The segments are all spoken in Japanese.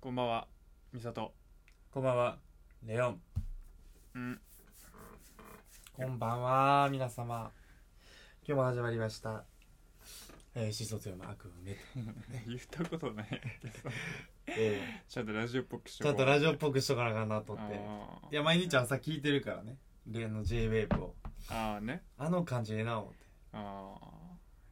こんばんは、みさと。こんばんは、レオン。うん。こんばんは、皆様。今日も始まりました。えー、新卒用の悪夢ね。言ったことない けど。えちゃんとラジオっぽくし ちょっとラジオっぽくしとかなあかんなとぽ思って。あいや、毎日朝聞いてるからね。例の J-Wave を。ーあーね。あの感じでな、思って。ああ。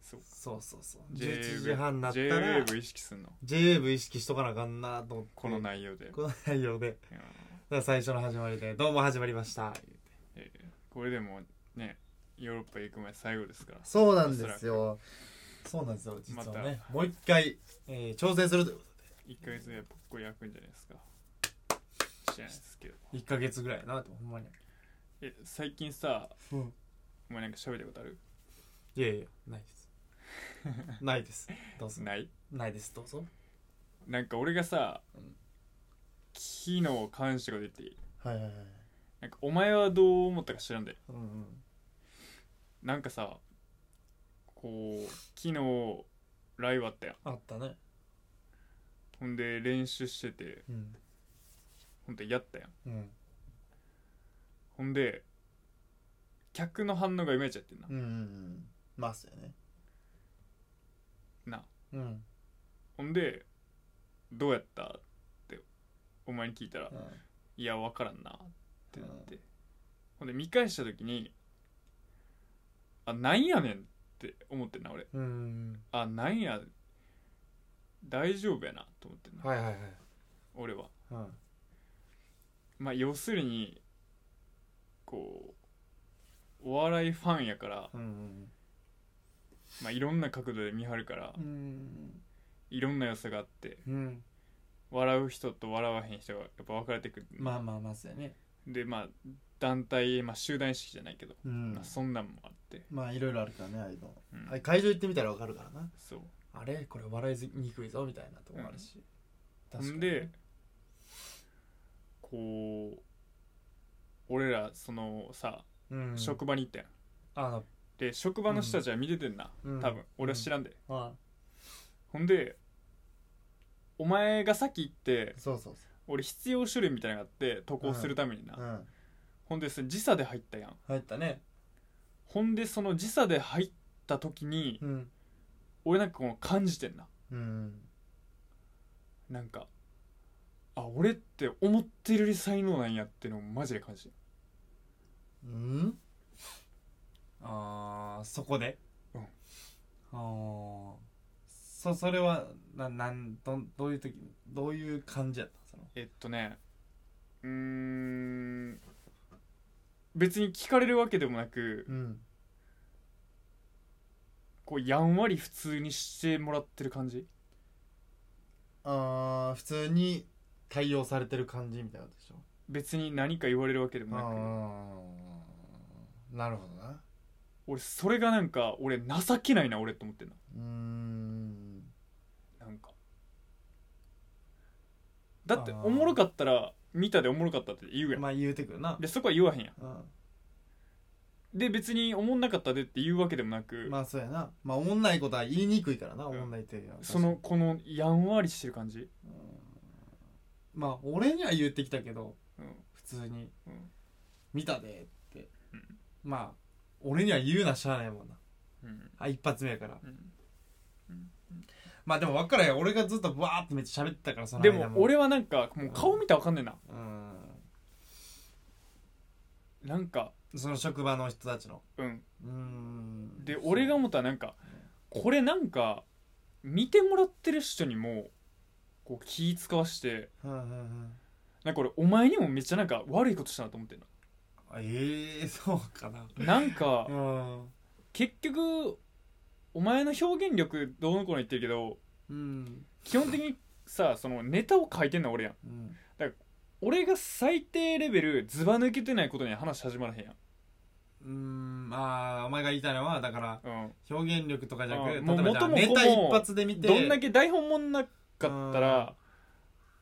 そう。そうそうそう。 J-Wave 11時半になったら、 J-Wave 意識すんの。 J-Wave 意識しとかなあかんなと思って。この内容で。この内容で。だかうんら最初の始まりで、どうも始まりました。えーこれでもね、ヨーロッパ行く前最後ですから。そうなんですよ。そうなんですよ、実はね。またもう一回、えー挑戦するというこ1ヶ月ぐらいぽっこり開くんじゃないですか。知らないですけど。と。1ヶ月ぐらいやなって、ほんまに。え、最近さ、うん。お前なんか喋ったことあるいやいや、ない です。ないです。どうぞ。ないないです、どうぞ。なんか俺がさうん、昨日感謝が出て、はいはいはい。なんかお前はどう思ったか知らんで。うんうん。なんかさこう昨日ライブあったやんあったね。ほんで練習しててうん。ほんでやったやんうん。ほんで客の反応がいまいちやってんな、うんうんうん。まあ、そうやね。なうん。ほんで「どうやった?」ってお前に聞いたら「うんいや分からんな」ってなって、ほんで見返した時に「あなんやねん」って思ってんな俺うんうん「あなんや大丈夫やな」と思ってんな、うん。はいはいはい。俺はうん。まあ要するにこうお笑いファンやから、うんまあ、いろんな角度で見張るから、うん。うん。いろんな良さがあってうん。笑う人と笑わへん人がやっぱ分かれてくる、まあまあまあ、そうやね。でまあ団体、まあ、集団意識じゃないけど、うんまあ、そんなんもあって、まあ、いろいろあるからね、ああいうの。うんあれ会場行ってみたらわかるからな。そうあれこれ笑いにくいぞ、みたいなとこもあるし。ほんでこう俺らそのさ、うん。職場に行ったやんあの、で職場の人たちは見ててんな、うん多分俺は知らんで、あほんでお前が先行ってそうそうそ俺必要書類みたいなのがあって渡航するためにな、う。うん。ほんでそれ時差で入ったやん入ったね。ほんでその時差で入った時に、うん。俺なんかこの感じてんなうん。なんかあ俺って思ってるより才能なんやっていうのをマジで感じてるうんあーそこでうんあーそそれはななんどんどういう時どういう感じやったのそのえっとねうーん別に聞かれるわけでもなくうんこうやんわり普通にしてもらってる感じあー普通に対応されてる感じみたいなことでしょ別に何か言われるわけでもなくあーなるほどな俺それがなんか俺情けないな俺と思ってんなうーんなんかだってあーおもろかったら見たでおもろかったって言うやん、まあ言うてくるなでそこは言わへんやんうで別におもんなかったでって言うわけでもなく、ん、まあそうやなまあおもんないことは言いにくいからなおもんないっていうのはそのこのやんわりしてる感じ、まあ俺には言ってきたけどうん普通にうん見たでって、うんまあ俺には言うなしゃあないもんなうんあ一発目やからうんまあでも分からへん俺がずっとわーってめっちゃ喋ってたからそので間も俺はなんかもう顔見たらわかんねえな、うんなんかその職場の人たちのうんうんで俺が思ったらなんかこれなんか見てもらってる人にもこう気使わしてうんうんうんなんか俺お前にもめっちゃなんか悪いことしたなと思ってんのあええそうかななんかうん結局お前の表現力どうのこうの言ってるけどうん基本的にさそのネタを書いてんのは俺やんうん俺が最低レベルずば抜けてないことには話始まらへんやんうんまあお前が言いたいのはだからうん表現力とかじゃなくあ例えもうばじゃ元あも子ネもタ一発で見てどんだけ台本もんなかったら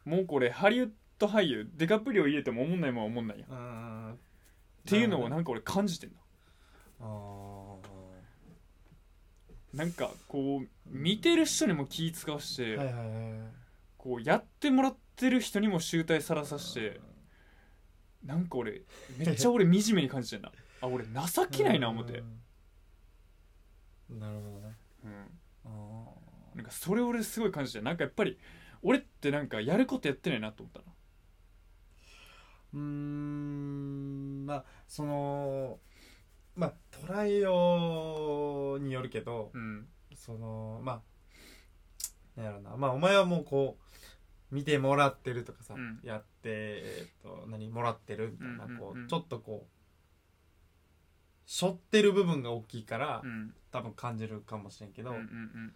もうこれハリウッド俳優デカプリを入れても思んないもんは思んないやんっうんうんうんていうのをななんか俺感じてんだあなんかこう見てる人にも気使わしてーはいはいはいこうやってもらってる人にも集大さらさしてなんか俺めっちゃ俺惨めに感じてんな あ俺情けないな思って、うんなるほどねうん、あなんかそれ俺すごい感じてなんかやっぱり俺ってなんかやることやってないなと思ったなーうーんまあそのまあトライようによるけどうんそのまあなんやろなまあお前はもうこう見てもらってるとかさ、うんやってえっと何もらってるみたいな、うんうんこうんうちょっとこう背負ってる部分が大きいから、うん多分感じるかもしれんけうど、んうん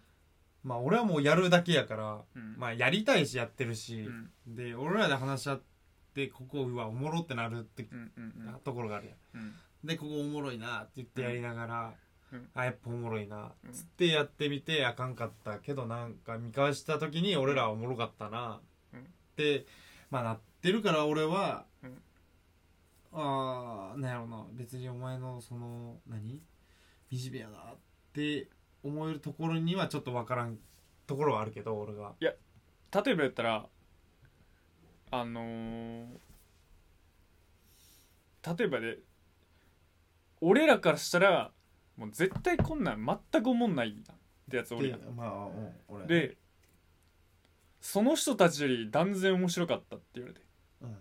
まあ俺はもうやるだけやから、うんまあやりたいしやってるうし、んで俺らで話し合ってここうわおもろってなるって、うんうんうんところがあるやんうんでここおもろいなって言ってやりながら、うんあやっぱおもろいなうんつってやってみてあかんかったけどなんか見返した時に俺らはおもろかったなうんって、まあなってるから俺は、うんああなんやろな別にお前のその何惨めやなって思えるところにはちょっと分からんところはあるけど俺が。例えばやったらあのー例えばで俺らからしたらもう絶対こんなん全く思んないなってやつ俺やんでまあうん俺、でその人たちより断然面白かったって言われてうん、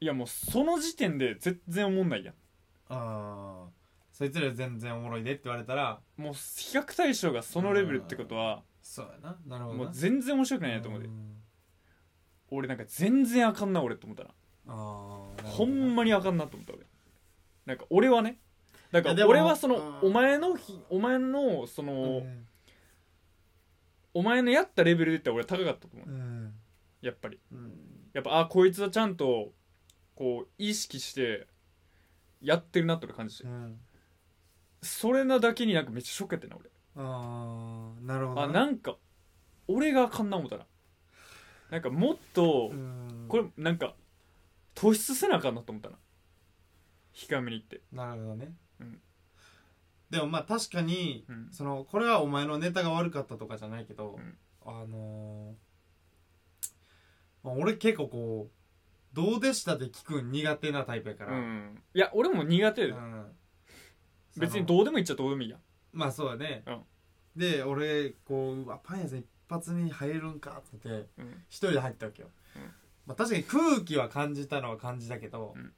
いやもうその時点で全然思んないやああそいつら全然おもろいでって言われたらんもう比較対象がそのレベルってことはそうやななるほどなもう全然面白くないなと思って俺なんか全然あかんな俺って思ったなああほんまにあかんなと思った俺なんか俺はねだかいやでらも俺はそのうんお前のひお前のその、うんお前のやったレベルで言ったら俺は高かったと思ううんやっぱりうんやっぱあこいつはちゃんとこう意識してやってるなって俺感じてうんそれなだけになんかめっちゃショックやってんな俺ああなるほどあなんか俺があかんな思ったらなんかもっとうんこれなんか突出せなあかんなと思ったな控えめに言ってなるほどねうんでもまあ確かにうんそのこれはお前のネタが悪かったとかじゃないけどうんあのーまあ俺結構こう「どうでした?」って聞くん苦手なタイプやかうらんいや俺も苦手でうん別にそのどうでもいいっちゃどうでもいいやんまあそうだねうんで俺こううわパン屋さん一発に入るんかって言ってうん一人で入ったわけよ、うんまあ、確かに空気は感じたのは感じたけど、うん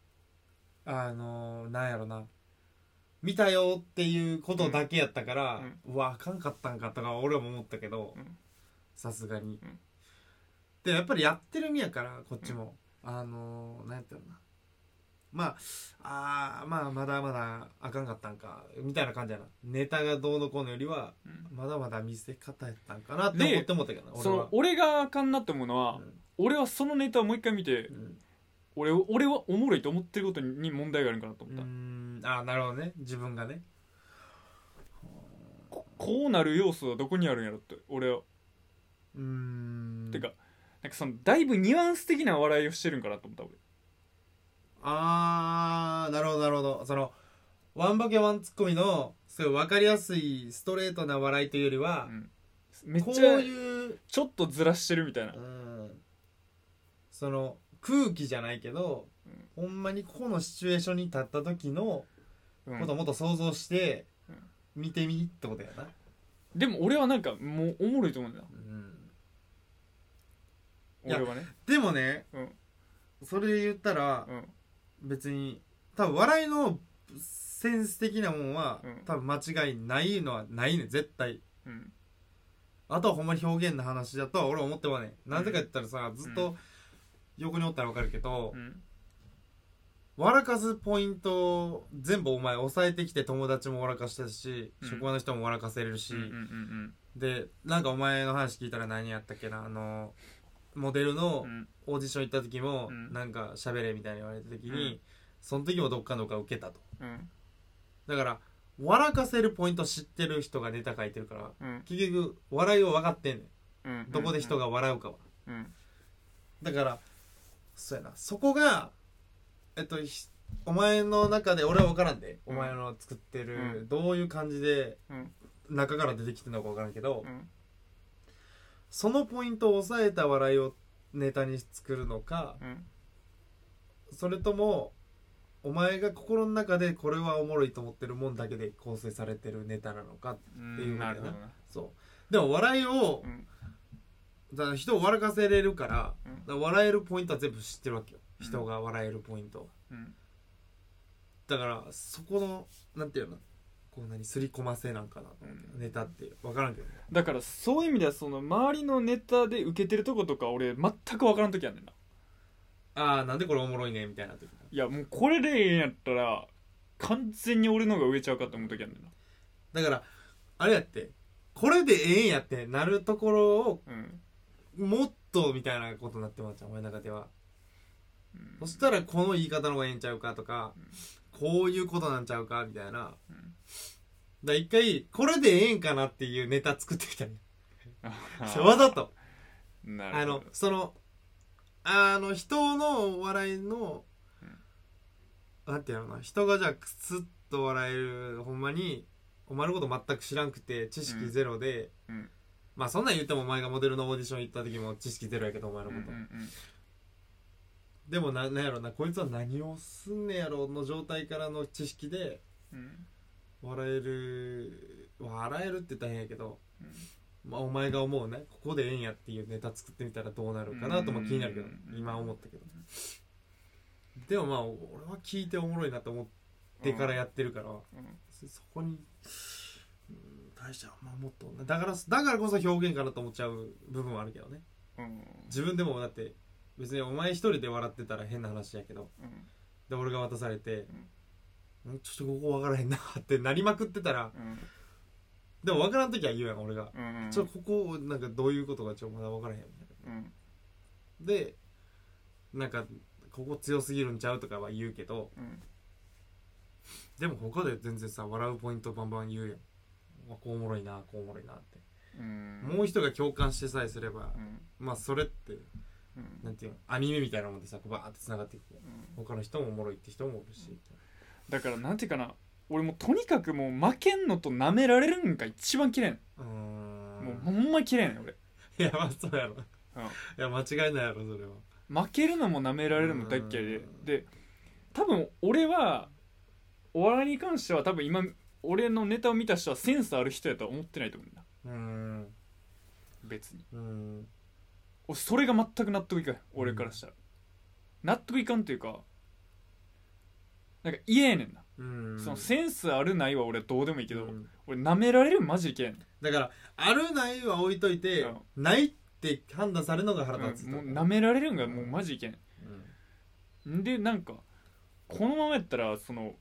あのーなんやろな見たよっていうことだけやったから、うわあかんかったんかとか俺も思ったけどうんさすがに、うんでやっぱりやってる身やからこっちも、あのーなんやったらなまああーまあまだまだあかんかったんかみたいな感じやなネタがどうのこうのよりはうんまだまだ見せ方やったんかなって思って思ったけどな俺そのは。俺があかんなって思うのは、うん俺はそのネタをもう一回見てうん俺を俺はおもろいと思ってることに問題があるんかなとう思っーた、んあなるほどね自分がねここうなる要素はどこにあるんやろって俺は、うーんてかなんかそのだいぶニュアンス的な笑いをしてるんかなと思った俺あーなるほどなるほどそのワンボケワンツッコミのすごい分かりやすいストレートな笑いというよりは、うんめっこうちゃいう、ちょっとずらしてるみたいなうん、その空気じゃないけど、ほんまにこのシチュエーションに立った時のうんことをもっと想像してうん見てみってことやな、でも俺はなんかもうおもろいと思うんだようんいや俺はねでもね、うんそれで言ったら、うん別に多分笑いのセンス的なもんは、うん多分間違いないのはないねん絶対うんあとはほんまに表現の話だとは俺は思ってはねんなぜか言ったらさ、ずっうと横におったらわかるけど、うん笑かすポイント全部お前抑えてきて友達も笑かしたし、うん職場の人も笑かせれるし、うんうんうんでなんかお前の話聞いたら何やったっけなあのモデルうのんうんオーディション行った時も、うんなんか喋れみたいに言われた時に、うんその時もどっかのか受けたとうんだから笑かせるポイント知ってる人がネタ書いてるからうん結局笑いを分かってんねうんんどこで人がが笑うかはうんだからそうやなそこがえっとひお前の中で俺は分からんで、うんお前の作ってる、うどういう感じでうん中から出てきてるのか分からんけど、うんそのポイントを抑えた笑いをネタに作るのかうんそれともお前が心の中でこれはおもろいと思ってるもんだけで構成されてるネタなのかうんっていうわなけるだなほどなそうでも笑いをうんだから人を笑かせれるからうんだから笑えるポイントは全部知ってるわけようん人が笑えるポイントをうんだからそこのなんていうのこう何すり込ませなんかなうんネタって分からんけどねだからそういう意味ではその周りのネタで受けてるとことか俺全く分からん時あんねんなああなんでこれおもろいねみたいな時いやもうこれでええんやったら完全に俺の方が上ちゃうかと思う時あんねんなだからあれやってこれでええんやってなるところをうんもっとみたいなことになってまうじゃん俺の中ではうんそしたらこの言い方の方がええんちゃうかとかうんこういうことなんちゃうかみたいなだかうんら一回これでええんかなっていうネタ作ってきたねあそうわざと なあるほのどそのあの人の笑いの、なんていうのかな人がじゃあクスッと笑えるほんまにお前のこと全く知らんくて知識ゼロで、うんうんまあそんなん言ってもお前がモデルのオーディション行った時も知識ゼロやけどお前のうこんと、うんうんでもななんやろなこいつは何をすんねやろの状態からの知識でうん笑える笑えるって大変やけど、うんまあ、お前が思うねここでええんやっていうネタ作ってみたらどうなるかなとも気になるけどうん今思ったけどでもまあ俺は聞いておもろいなと思ってからやってるから、うんそそこに、うん、大したまあもっとだからだからこそ表現かなと思っちゃう部分はあるけどねうん自分でもだって別にお前一人で笑ってたら変な話やけどうんで俺が渡されて、んちょっとここ分からへんなってなりまくってたらうんでも分からん時は言うやん俺が、うんうんちょっとここなんかどういうことがちょっとまだ分からへんみたいなうんでなんかここ強すぎるんちゃうとかは言うけどうんでも他で全然さ笑うポイントバンバン言うやんうわこうおもろいなこうおもろいなって、うんもう人が共感してさえすればう、んまあそれってうんなんていうの網目みたいなもんでさこうバーってつながっていくうん他の人もおもろいって人もおるし、だからなんていうかな俺もうとにかくもう負けんのと舐められるんが一番嫌いなうーんのもうほんま嫌いなの俺いやまあそうやろ、うんいや間違いないやろそれは負けるのも舐められるのも大っ嫌いでうんで多分俺はお笑いに関しては多分今俺のネタを見た人はセンスある人やとは思ってないと思うんだうーん別にうーんおそれが全く納得いかない俺からしたら、納得いかんというかなんか嫌やねんな、うーんそのセンスあるないは俺はどうでもいいけど、うん俺舐められるマジで嫌いやねんだからあるないは置いといて、うんないって判断されるのが腹立つうとん思もう、う舐められるんがもうマジいけんうんでなんかこのままやったらその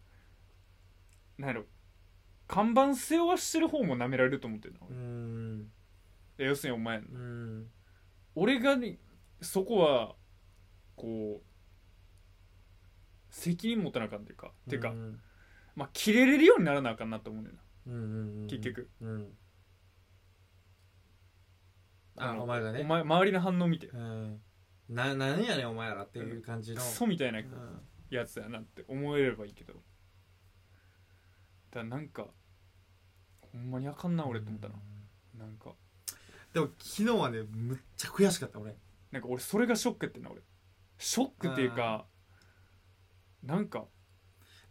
なんやろ看板背負わしてる方も舐められると思ってるなう俺ーんえ要するにお前やんうなんうん俺がねそこはこう責任持たなあかんっていうかっていうかうんまあ切れれるようにならなあかんなと思うねんなうんうん結局うんああのお前がおね前周りの反応見てうんななんやねんお前らっていう感じクのソみたいなうんやつやなって思えればいいけどだからなんかほんまにあかんな俺と思ったななんかでも昨日はねむっちゃ悔しかった俺なんか俺それがショックやってんな俺ショックっていうかなんか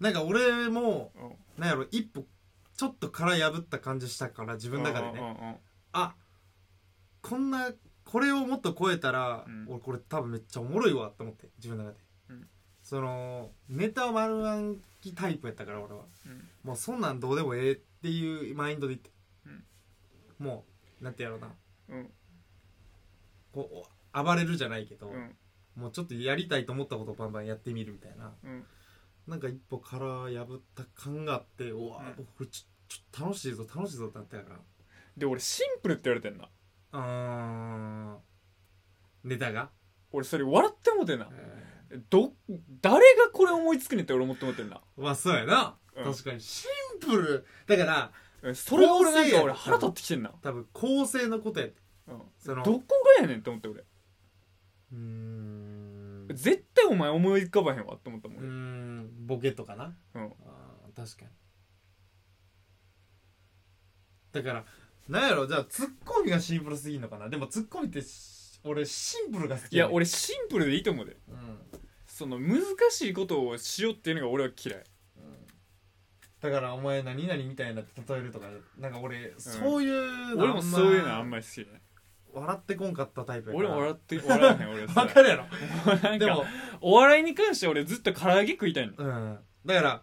なんか俺もうんなんやろ一歩ちょっと殻破った感じしたから自分の中でねあこんなこれをもっと超えたら、うん俺これ多分めっちゃおもろいわと思って自分の中で、うんそのネタ丸暗記タイプやったから俺はうんうんもうそんなんどうでもええっていうマインドでいって、うんもうなんてやろうなうんこう暴れるじゃないけど、うんうんもうちょっとやりたいと思ったことをバンバンやってみるみたいなうんなんか一歩殻破った感があってうわ、うんこれちょちょっと楽しいぞ楽しいぞってなったからで俺シンプルって言われてんなうーんネタが、俺それ笑ってもうてんなうんど誰がこれ思いつくねんって俺思ってもうてんなまあそうやな、うん確かにシンプルだからうんそれ俺なん構成やか俺腹立ってきてんな多分構成のことやってうんそのどこがやねんって思って俺うーんう絶対お前思い浮かばへんわって思ったもんー俺んボケとかなうんあー確かにだからなんやろじゃあツッコミがシンプルすぎんのかなでもツッコミってし俺シンプルが好きいや、俺シンプルでいいと思うでうん、その難しいことをしようっていうのが俺は嫌いだからお前何々みたいなって例えるとかなんか俺、そういう俺もそういうのあんまり好きじゃない笑ってこんかったタイプやか俺らも笑って笑わへん俺わかさるやろなんでかもお笑いに関して俺ずっと唐揚げ食いたいのうんだから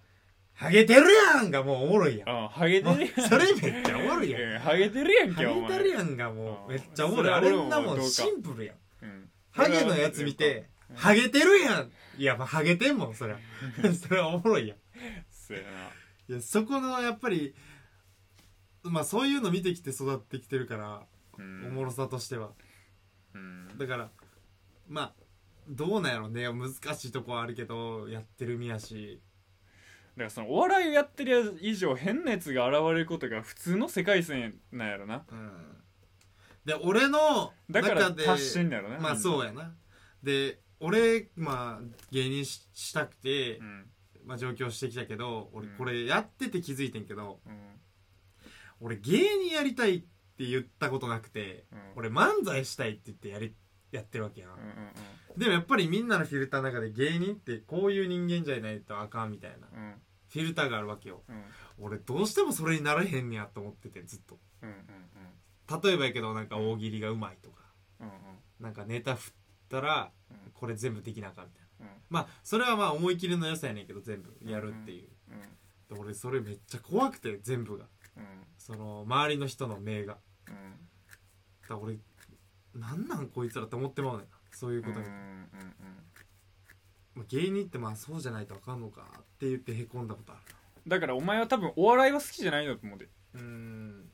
ハゲてるやんがもうおもろいやんうんハゲてもうるそれめっちゃおもろいやんやんうんハゲてるやんけおハゲて前るやんがもおう前めっちゃおもろいそあれれは俺もんなも同ん感シンプルやんうんハゲのやつ見てうんハゲてるやんいやまあハゲてんもんそりゃ それはおもろいやんそうやないやそこのやっぱりまあそういうの見てきて育ってきてるから、うおんもろさとしてはうんだからまあどうなんやろね難しいとこはあるけどやってる身やしだからそのお笑いをやってるやつ以上変なやつが現れることが普通の世界線なんやろなうんで俺のだから中で達してんだろなまあそうやなで俺まあ芸人ししたくて、うんまあ、上京してきたけど俺うんこれやってて気づいてんけど、うん俺芸人やりたいって言ったことなくてうん俺漫才したいって言ってやりやってるわけやんうんうんでもやっぱりみんなのフィルターの中で芸人ってこういう人間じゃないとあかんみたいなうんうんフィルターがあるわけようん俺どうしてもそれになれへんねやと思っててずっとうんうん例えばやけどなんか大喜利がうまいとかうんうんなんかネタ振ったらうんこれ全部できなあかんみたいなうんまあそれはまあ思い切りの良さやねんけど全部やるっていう、うんで俺それめっちゃ怖くて全部がうんその周りの人の目がうんだから俺なんなんこいつらって思ってまうねんなそういうことに、うんうんうんまあ芸人ってまあそうじゃないとあかんのかって言ってへこんだことあるだからお前は多分お笑いは好きじゃないんだと思うでうん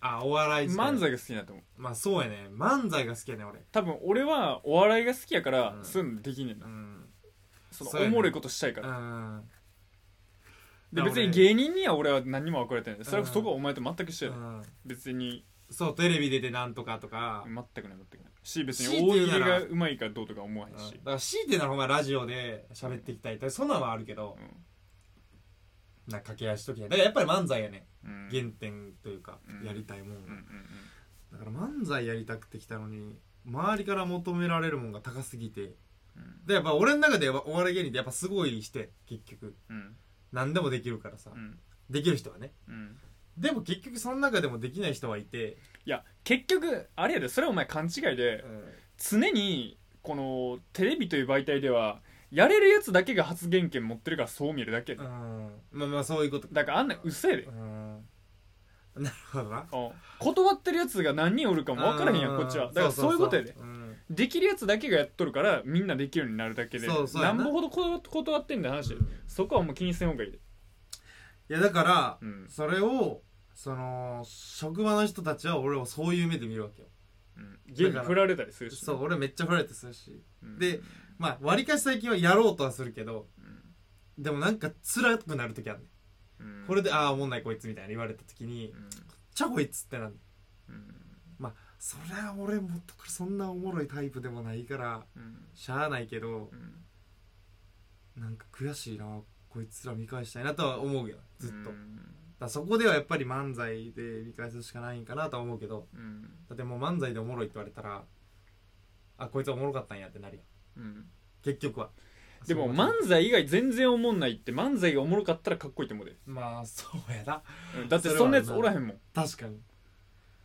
あお笑い自体漫才が好きだと思うまあそうやね漫才が好きやねん俺多分俺はお笑いが好きやからうんそういうのできねえうなんそそうのやおねもろいことしたいかうらんでだか別ら俺に芸人には俺は何も憧れてないそれはそこはお前と全く一緒うやなん別にそうテレビ出てなんとかとか、全くない全くないし別強いにて大言う喜な利らがうまいかどうとか思わへんだしから強いてならお前ラジオで喋っていきたいってそんなんはあるけどなんか掛け合いしときたいだからやっぱり漫才やねうんうん原点というかうんやりたいもんうんうんがだから漫才やりたくてきたのに周りから求められるもんが高すぎてうんでやっぱ俺の中ではお笑い芸人ってやっぱすごい人や結局うん何でもできるからさうんできる人はねうんでも結局その中でもできない人はいていや結局あれやでそれはお前勘違いで常にこのテレビという媒体ではやれるやつだけが発言権持ってるからそう見えるだけやうでんまあまあそういうことだからあんなん嘘やでうんなるほどなうん断ってるやつが何人おるかも分からへんやんこっちはだからそういうことやでうんできるやつだけがやっとるからみんなできるようになるだけでそうそうやななんぼほどこ断ってんだ話やうんそこはもう気にせん方がいいでいやだからうんそれをその職場の人たちは俺をそういう目で見るわけようん家に振られたりするしそう俺めっちゃ振られてするしうんでまあ割かし最近はやろうとはするけどうんでもなんか辛くなる時あるねうんんこれでああおもんないこいつみたいな言われた時にうんちゃこいつってなんうんそりゃ俺もっとからそんなおもろいタイプでもないからうんしゃあないけどうんなんか悔しいなこいつら見返したいなとは思うけどずっと、うだかんらそこではやっぱり漫才で見返すしかないんかなとは思うけどうんだってもう漫才でおもろいって言われたらあこいつおもろかったんやってなるやんうん結局はでもそう漫才以外全然おもんないって漫才がおもろかったらかっこいいと思うでまあそうやなうんだってそんなやつおらへんもん確かに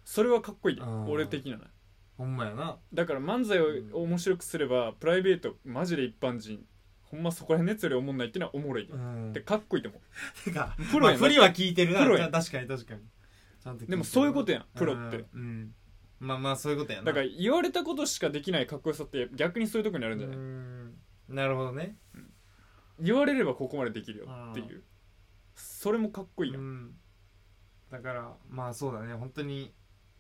それはかっこいいでうん俺的なねほんまやなだから漫才を面白くすればプライベートマジで一般人ほんまそこら辺のやつよりおもんないってのはおもろいでうんでかっこいいと思てかプロやなまあ振りは聞いてるなプロや確かに確かにちゃんと聞いうてるでもそういうことやんプロってうんうんまあまあそういうことやなだから言われたことしかできないかっこよさって逆にそういうとこにあるんじゃなういんなるほどね言われればここまでできるよっていうそれもかっこいいうやんんだからまあそうだね本当に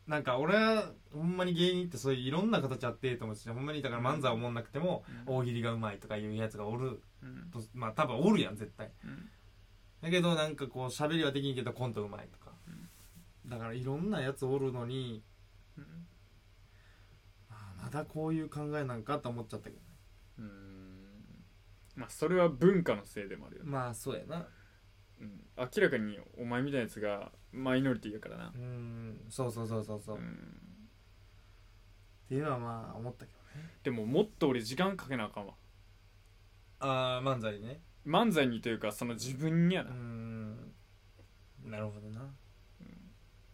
なんか俺はほんまに芸人ってそういういろんな形あってええと思うしほんまにだから漫才おもんなくてもうん大喜利がうまいとかいうやつがおるうんとまあ多分おるやん絶対うんだけどなんかこう喋りはできんけどコントうまいとか、だからいろんなやつおるのにうんあーまだこういう考えなんかと思っちゃったけどねうんまあそれは文化のせいでもあるよねまあそうやなうん明らかにお前みたいなやつがマイノリティやからなうんそうそうそうそうそう、うっんていうのはまあ思ったけどでももっと俺時間かけなあかんわああ漫才ね漫才にというかその自分にやうな、んなるほどな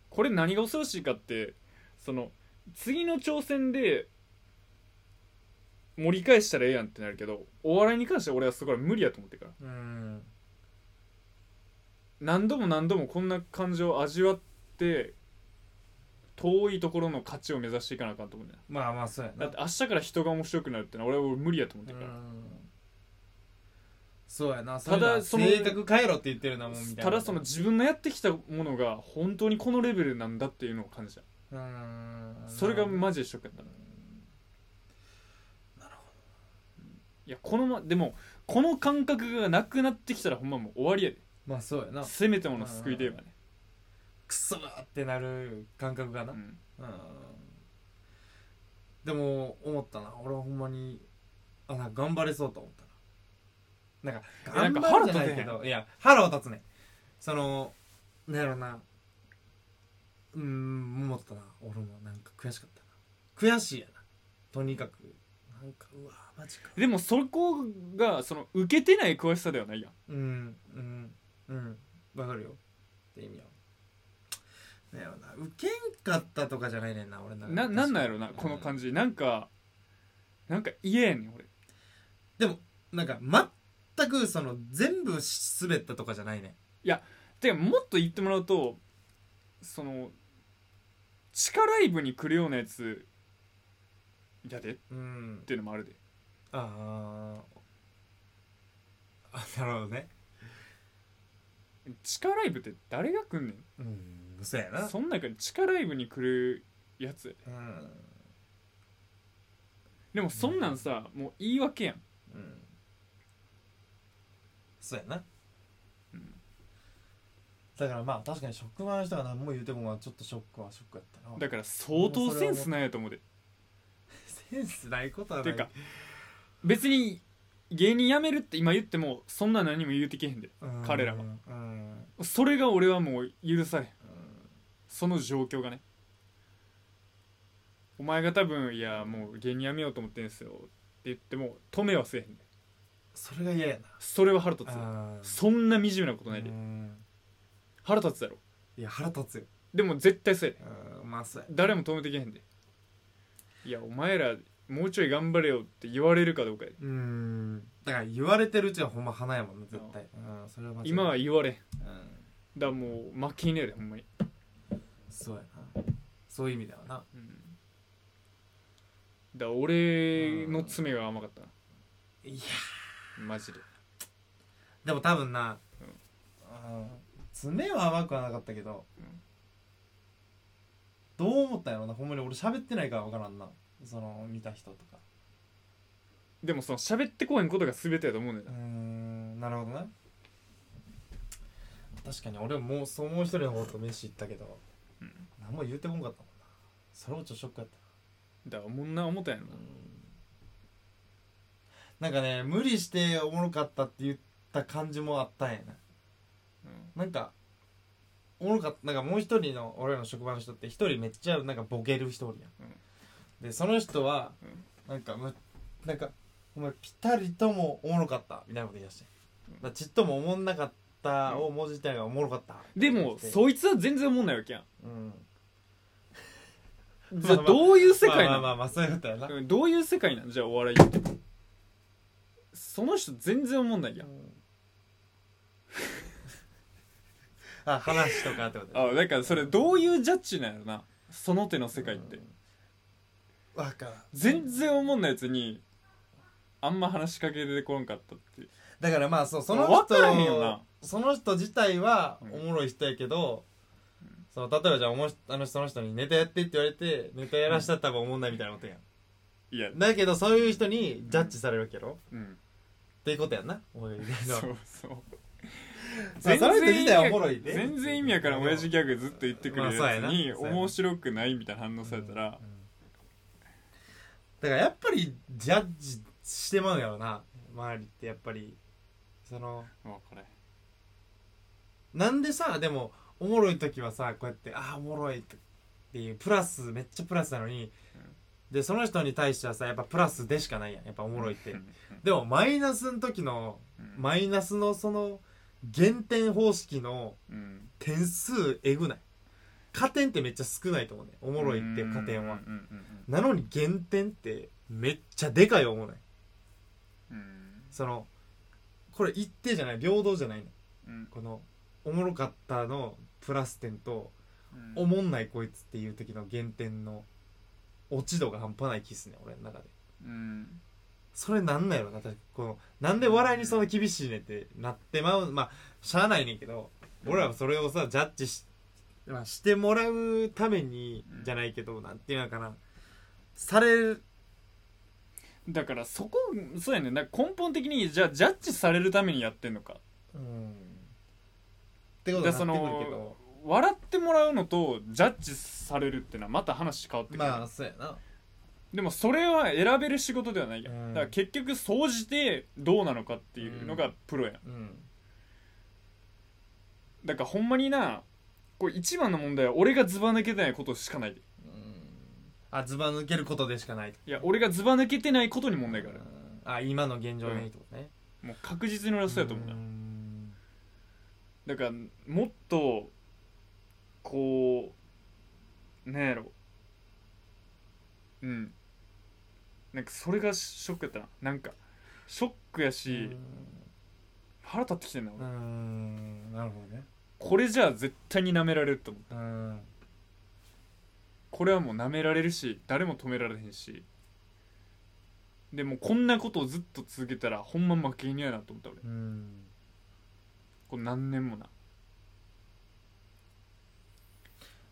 これ何が恐ろしいかってその次の挑戦で盛り返したらええやんってなるけどお笑いに関しては俺はそこは無理やと思ってるからうん何度も何度もこんな感情を味わって遠いところの勝ちを目指していかなあかんと思うんだよまあまあそうやなだって明日から人が面白くなるってのは俺は俺無理やと思ってるうから、んそうやなただそういうのはその性格変えろって言ってるなもんみたいなただその自分のやってきたものが本当にこのレベルなんだっていうのを感じたうんそれがマジでショックやったなるほどいやこのまでもこの感覚がなくなってきたらほんまもう終わりやでまあそうやなせめてもの救いで言えばね、クソーってなる感覚がなうんうんでも思ったな俺はほんまにあなんか頑張れそうと思ったななんかえなん頑か張るじゃないけどいや腹を立つねそのなんやろなうーん思ったな俺もなんか悔しかったな悔しいやなとにかくなんかうわマジかでもそこがその受けてない詳しさではないやんうんうんうんわかるよって意味はなんやろな受けんかったとかじゃないねんな俺の中でななんなんやろなうんこの感じなんかなんか嫌やねん俺でもなんか全くその全部滑ったとかじゃないねてかもっと言ってもらうとその地下ライブに来るようなやつやでっうんていうのもあるでああなるほどね地下ライブって誰が来んねんうんそうやなそん中で地下ライブに来るやつやでうん、でもそんなんさ、もう言い訳やんうん、そうやな、うんだからまあ確かに職場の人が何も言うてもまあちょっとショックはショックやったなだから相当センスないやと思うでセンスないことはてないいうか別に芸人辞めるって今言ってもそんな何も言うてけへんでうん彼らはうんうんそれが俺はもう許されんその状況がねお前が多分「いやもう芸人辞めようと思ってんすよ」って言っても止めはせえへんそれが嫌やなそれは腹立つわあーそんな惨めなことないでうん腹立つだろいや腹立つよでも絶対そうやでうんまあそうや誰も止めてけへんでいやお前らもうちょい頑張れよって言われるかどうかやでうんだから言われてるうちはほんま花やもんね絶対うんそれは間違いない今は言われんだかうんらもう負けねえでほんまに、そうやなそういう意味ではなうんだから俺の爪が甘かったないやマジででも多分なうんうん爪は甘くはなかったけどうんどう思ったんやろなほんまに俺喋ってないから分からんなその見た人とかでもその喋ってこへんことが全てやと思うねんうだーんなるほどね確かに俺もうそうもう一人の方と飯行ったけど、うん何も言うてこんかったもんなそれもちょっとショックやっただからもんな思ったんやろななんかね無理しておもろかったって言った感じもあったんやなうんなんかおもろかったなんかもう一人の俺らの職場の人って一人めっちゃなんかボケる人おるやん、うんでその人は、なんかむなんかお前ピタリともおもろかったみたいなこと言い出して、うんだからちっともおもんなかったを文字自体がおもろかった、でもう、そいつは全然思んないわけやんうん、じゃあまあまあどういう世界まなあまのあまあそういうことやな、うんどういう世界なんじゃあお笑いってその人全然思んないやん あ話とかってことやなあだからそれどういうジャッジなんやろなその手の世界ってわからん全然思んないやつにあんま話しかけてこんかったってだからまあそうそのわ人からへんよなその人自体はうんおもろい人やけど、その例えばじゃあおもしあの人その人にネタやってって言われてネタやらしたら多分おもんないみたいなことやん、いやだけどそういう人にジャッジされるわけやろ、っうんていうことやんなおいでそもうそうまあその人自体はおもろいね全然意味やから親父ギャグずっと言ってくるまあやそうつやなにそうやな面白くないみたいな反応されたらうんだからやっぱりジャッジしてまうんやろな周りってやっぱりそのもうこれなんでさでもおもろい時はさこうやってああおもろいっていうプラスめっちゃプラスなのに、でその人に対してはさやっぱプラスでしかないやんやっぱおもろいって、でもマイナスの時のマイナスのその減点方式のうん点数えぐない加点ってめっちゃ少ないと思うねおおもろいっていう加点はうんうんなのに減点ってめっちゃでかい思うねうんうんそのこれ一定じゃない平等じゃないねうんこのおもろかったのプラス点とうんおもんないこいつっていう時の減点の落ち度が半端ない気っすね俺の中でうんそれなんなんやろな確かにこのなんで笑いにそんな厳しいねってなってまうまあしゃあないねんけどうん俺らはそれをさジャッジし,、まあ、してもらうためにうんじゃないけどなんていうのかなされるだからそこそうやねなんか根本的にじゃあジャッジされるためにやってんのかうんってこだとからにそなってくるけのど笑ってもらうのとジャッジされるってのはまた話変わってくる、まあそうやなでもそれは選べる仕事ではないや、うんん、だから結局総じてどうなのかっていうのがプロやんうんだからほんまになこれ一番の問題は俺がずば抜けてないことしかないであずば抜けることでしかないといや俺がずば抜けてないことに問題があるうんあ今の現状にってことね、もう確実に俺はそうやと思うなうんだからもっとこうなんやろうんなんかそれがショックやったななんかショックやし、腹立ってきてんなう俺、んなるほどねこれじゃあ絶対に舐められると思ううんこれはもう舐められるし誰も止められへんしでもこんなことをずっと続けたらほんま負けにやなと思った俺うんこれ何年もな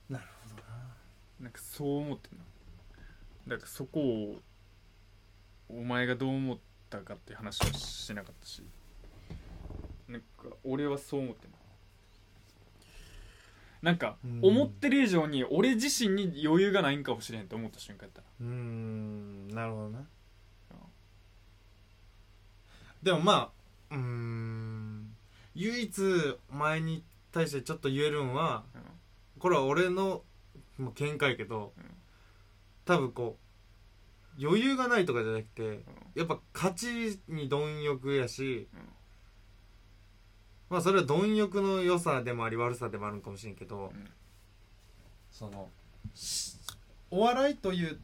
なるほどななんかそう思ってんなだからそこをお前がどう思ったかって話はしなかったしなんか俺はそう思ってんななんかうん思ってる以上に俺自身に余裕がないんかもしれへんと思った瞬間やったなうんなるほどなでもまあうん唯一お前に対してちょっと言えるんはこれは俺のもう見解やけど、うん多分こう余裕がないとかじゃなくて、やっぱ勝ちに貪欲やし、うんまあそれは貪欲の良さでもあり悪さでもあるんかもしれんけど、うんそのしお笑いという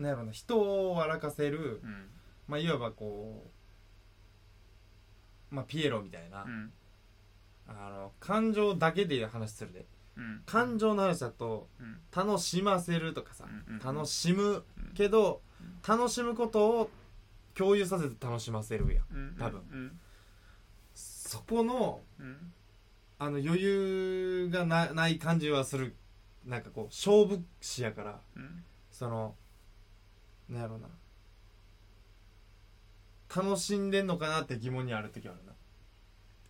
なんやろな人を笑かせる、うんうんまあいわばこうまあピエロみたいな、うんあの感情だけで話するでうん感情の話だとうん楽しませるとかさ、うん楽しむけど、楽しむことを共有させて楽しませるやんうん多分うんそこのうんあの余裕がなない感じはするなんかこう勝負師やからうんそのなんやろな楽しんでんのかなって疑問にある時はあるな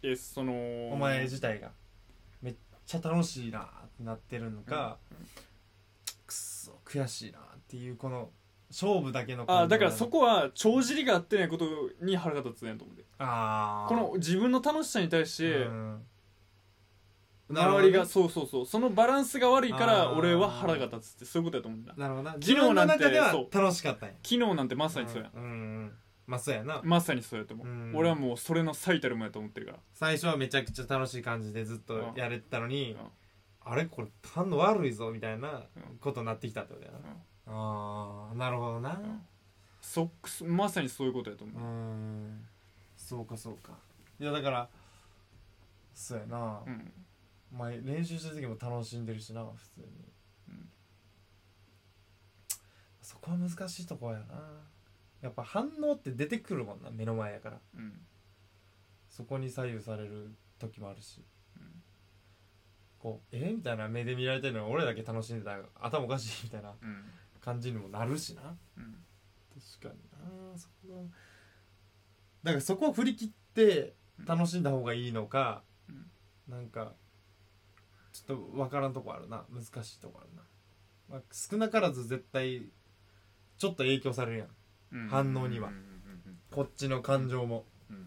えそのお前自体がめっちゃ楽しいなってなってるのか、くっそ悔しいなっていうこの勝負だけの感情あだからそこは帳尻が合ってないことに腹が立つねんと思ってあーこの自分の楽しさに対しうてん周りが、そうそうそうそのバランスが悪いかあらー俺は腹が立つってそういうことやと思うんだ昨なるほどな技自能分なのんて中ではそう楽しかったんや日なんてまさにそうやんうん、うん、まあそうやなまさにそうやと思ううん俺はもうそれの最たるもんやと思ってるから最初はめちゃくちゃ楽しい感じでずっとやれてたのに、うんあれこれ感度悪いぞみたいなうんことになってきたってことやな、んああなるほどなうんそまさにそういうことやと思うううんそうかそうかいやだからそうやな、うんお前練習してる時も楽しんでるしな普通に、うんそこは難しいとこやなやっぱ反応って出てくるもんな目の前やからうんそこに左右される時もあるし、うんこうえみたいな目で見られてるのに俺だけ楽しんでたら頭おかしいみたいなうん感じにもなるしなうん確かになそこがだからそこを振り切って楽しんだ方がいいのか、うんなんかちょっと分からんとこあるな難しいとこあるな、まあ、少なからず絶対ちょっと影響されるやんうん反応にはうんうんうんこっちの感情も、うんだ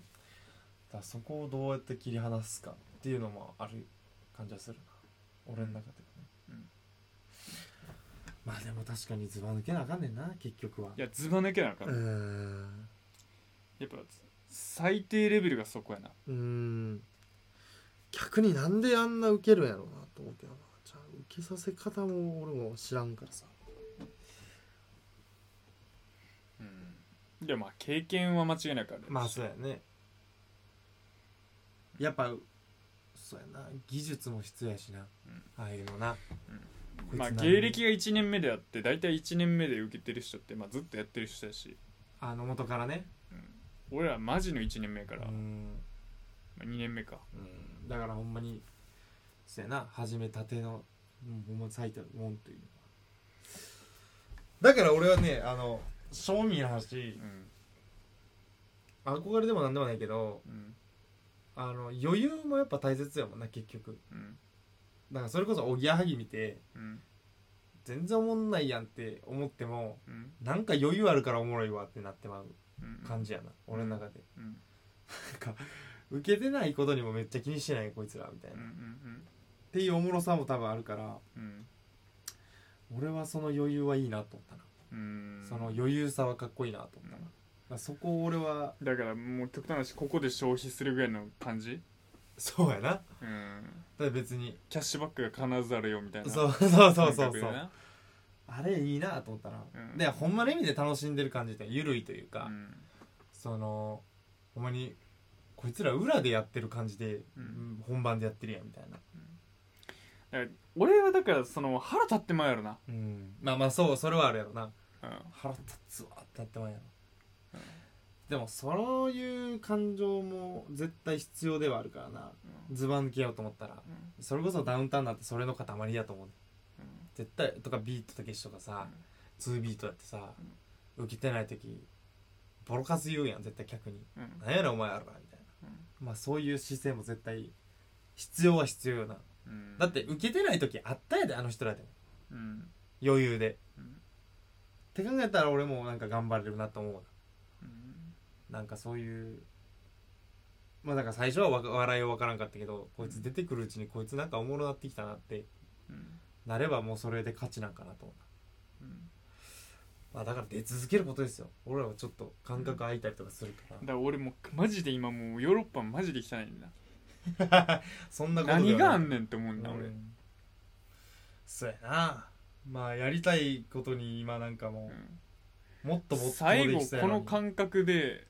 からそこをどうやって切り離すかっていうのもある感じはするな俺の中ではね、うんまあでも確かにズバ抜けなあかんねんな結局はいやずば抜けなあかん、うーやんっぱ最低レベルがそこやなうーん逆になんであんな受けるんやろうなと思うけどなじゃあ受けさせ方も俺も知らんからさうんでもまあ経験は間違いなくあるまあそうやねやっぱそうやな技術も必要やしな、うんああいうのな、こいつまあ何芸歴が1年目であって大体1年目で受けてる人って、まあ、ずっとやってる人やしあの元からね俺らマジの1年目から、まうんあ、2年目かうんだからほんまにそうやな始めたてのうんほんま最たるもんというかだから俺はねあの正味の話うん憧れでもなんでもないけどうんあの余裕もやっぱ大切やもんな結局うんだからそれこそおぎやはぎ見てうん全然おもんないやんって思ってもうんなんか余裕あるからおもろいわってなってまううん感じやな、俺の中でうん受けてないことにもめっちゃ気にしてないこいつらみたいな、うんうっんていうおもろさも多分あるからうん俺はその余裕はいいなと思ったなうんその余裕さはかっこいいなと思ったな、うんだからそこを俺はだからもう極端な話ここで消費するぐらいの感じそうやなだかうんら別にキャッシュバックが必ずあるよみたいなそうそうそうそうそ感覚うでなあれいいなと思ったな、うんでほんまの意味で楽しんでる感じってゆるいというか、うんそのほんまにこいつら裏でやってる感じで、うんうん本番でやってるやんみたいな、だから俺はだからその腹立ってまうやろな、うん、まあまあそうそれはあるやろなうん腹立つわってなってまうやろ、でもそういう感情も絶対必要ではあるからなズバ抜けようと思ったらうんそれこそダウンタウンなんてそれの塊やと思ううん絶対とかビートたけしとかさ、2ビートやってさ、受けてない時ボロカス言うやん絶対客にうん「なんやろお前ら」みたいな、まあそういう姿勢も絶対必要は必要よな、うんだって受けてない時あったやであの人らでもうん余裕で、うんって考えたら俺もなんか頑張れるなと思ううんななんかそういうまあだから最初はわか笑いは分からんかったけどこいつ出てくるうちにこいつなんかおもろなってきたなってうんなればもうそれで勝ちなんかなと思ううんまあだから出続けることですよ俺らはちょっと感覚空いたりとかするからだから俺もうマジで今もうヨーロッパマジで汚いんだ そんなこと何があんねねんって思うんだ俺、俺そうやなまあやりたいことに今なんかもうんう、もっともっと最で後きそうやこにの感覚で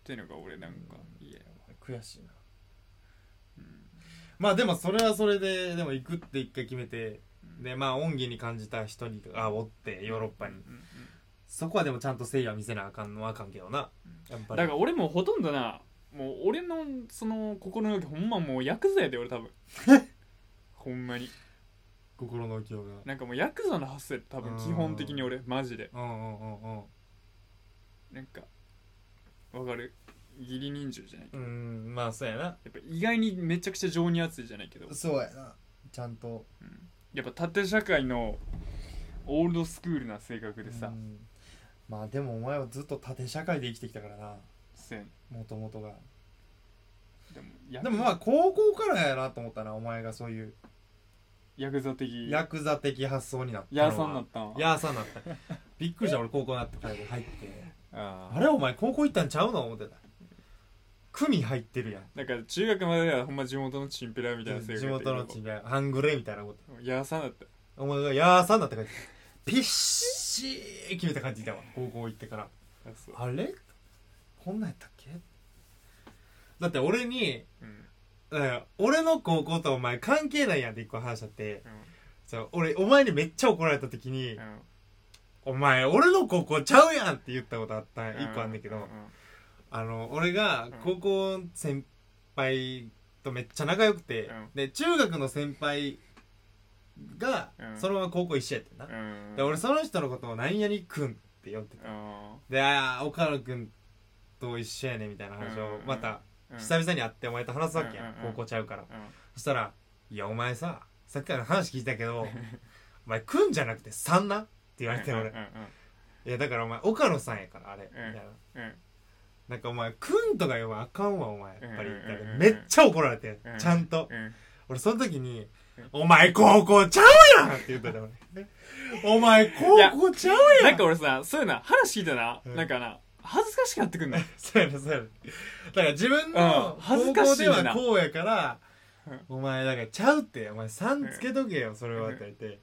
っていうのが俺なんかいや悔しいなうんまあでもそれはそれででも行くって一回決めてでまあ恩義に感じた人にあおってヨーロッパに、うんうんそこはでもちゃんと誠意は見せなあかんのはあかんけどなやっぱだりから俺もほとんどなもう俺のその心の動きほんまもうヤクザやで俺多分ほんまに心の浮世がなんかもうヤクザの発生多分基本的に俺マジでうんうんうんうんなんかわかる義理人情じゃないけうどんまあそうやなやっぱ意外にめちゃくちゃ情に熱いじゃないけどそうやなちゃんとやっぱ縦社会のオールドスクールな性格でうさ、んまあでもお前はずっと縦社会で生きてきたからなせんもともとがでもヤクでもまあ高校からやなと思ったなお前がそういうヤクザ的ヤクザ的発想になったのヤはーさんになったんヤーさんになったびっくりした俺高校になって最後入ってあああれお前高校行ったんちゃうの思ってた組入ってるやんだから中学まではほんま地元のチンピラみたいな性格地元のチームやハングレーみたいなことヤーさんだったお前がヤーさんになって帰ってピッシー決めた感じだわ高校行ってからあそうあれこんなんやったっけだって俺にうんだから俺の高校とお前関係ないやんって一個話しちゃってうんそう俺お前にめっちゃ怒られた時にうん「お前俺の高校ちゃうやん!」って言ったことあったんうん一個あんだけうどんあの俺が高校の先輩とめっちゃ仲良くてうんで中学の先輩がうんそのまま高校一緒やってんなうんで俺その人のことを「何々くん」って呼んでたあで「ああ岡野くんと一緒やね」みたいな話うんうをんうんまたあ久々に会ってお前と話すわけやんうんうんうん高校ちゃうからうんそしたら「いやお前ささっきから話聞いた けどお前くんじゃなくてさんな」って言われてうん俺うん「いやだからお前岡野さんやからあれ」みうんたいなうんなんかお前くんとかよあかんわお前やっぱりうんうんうんうんめっちゃ怒られてうんちゃんとうん俺その時にうん「お前高校ちゃうやん!」って 言ったで俺お前高校ちゃうやなんんか俺さそういうな話聞いたな、うんなんかな恥ずかしくなってくんないそうやなそうやなだから自分のうん恥ず高か校しいでなはこうやからうんお前だからちゃうってお前3つけとけよそれはって言ってう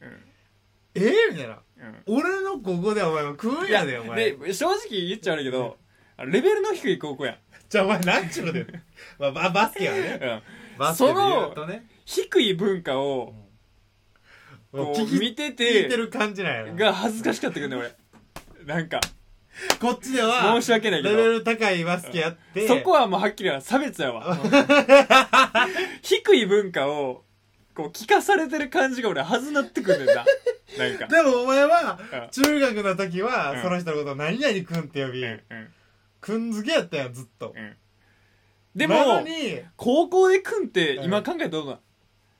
「ええみたいなんうん俺の高校ではお前は食うんやでお前で正直言っちゃ悪いけどレベルの低い高校やんじゃあお前何ちゅうので まあババスケはねうんバスケで言うとね低い文化をこもうう聞き見て聞いててる感じなんやなが恥ずかしかったけどね俺なんかこっちでは申し訳ないけどレベル高いバスケやってそこはもうはっきりは差別やわ 低い文化をこう聞かされてる感じが俺はずなってくるんだよななんかでもお前はうん中学の時うんはその人のことを何々くんって呼びうんくん付けやったやんずっとうんでなのもに高校でくんって今考えたらどうか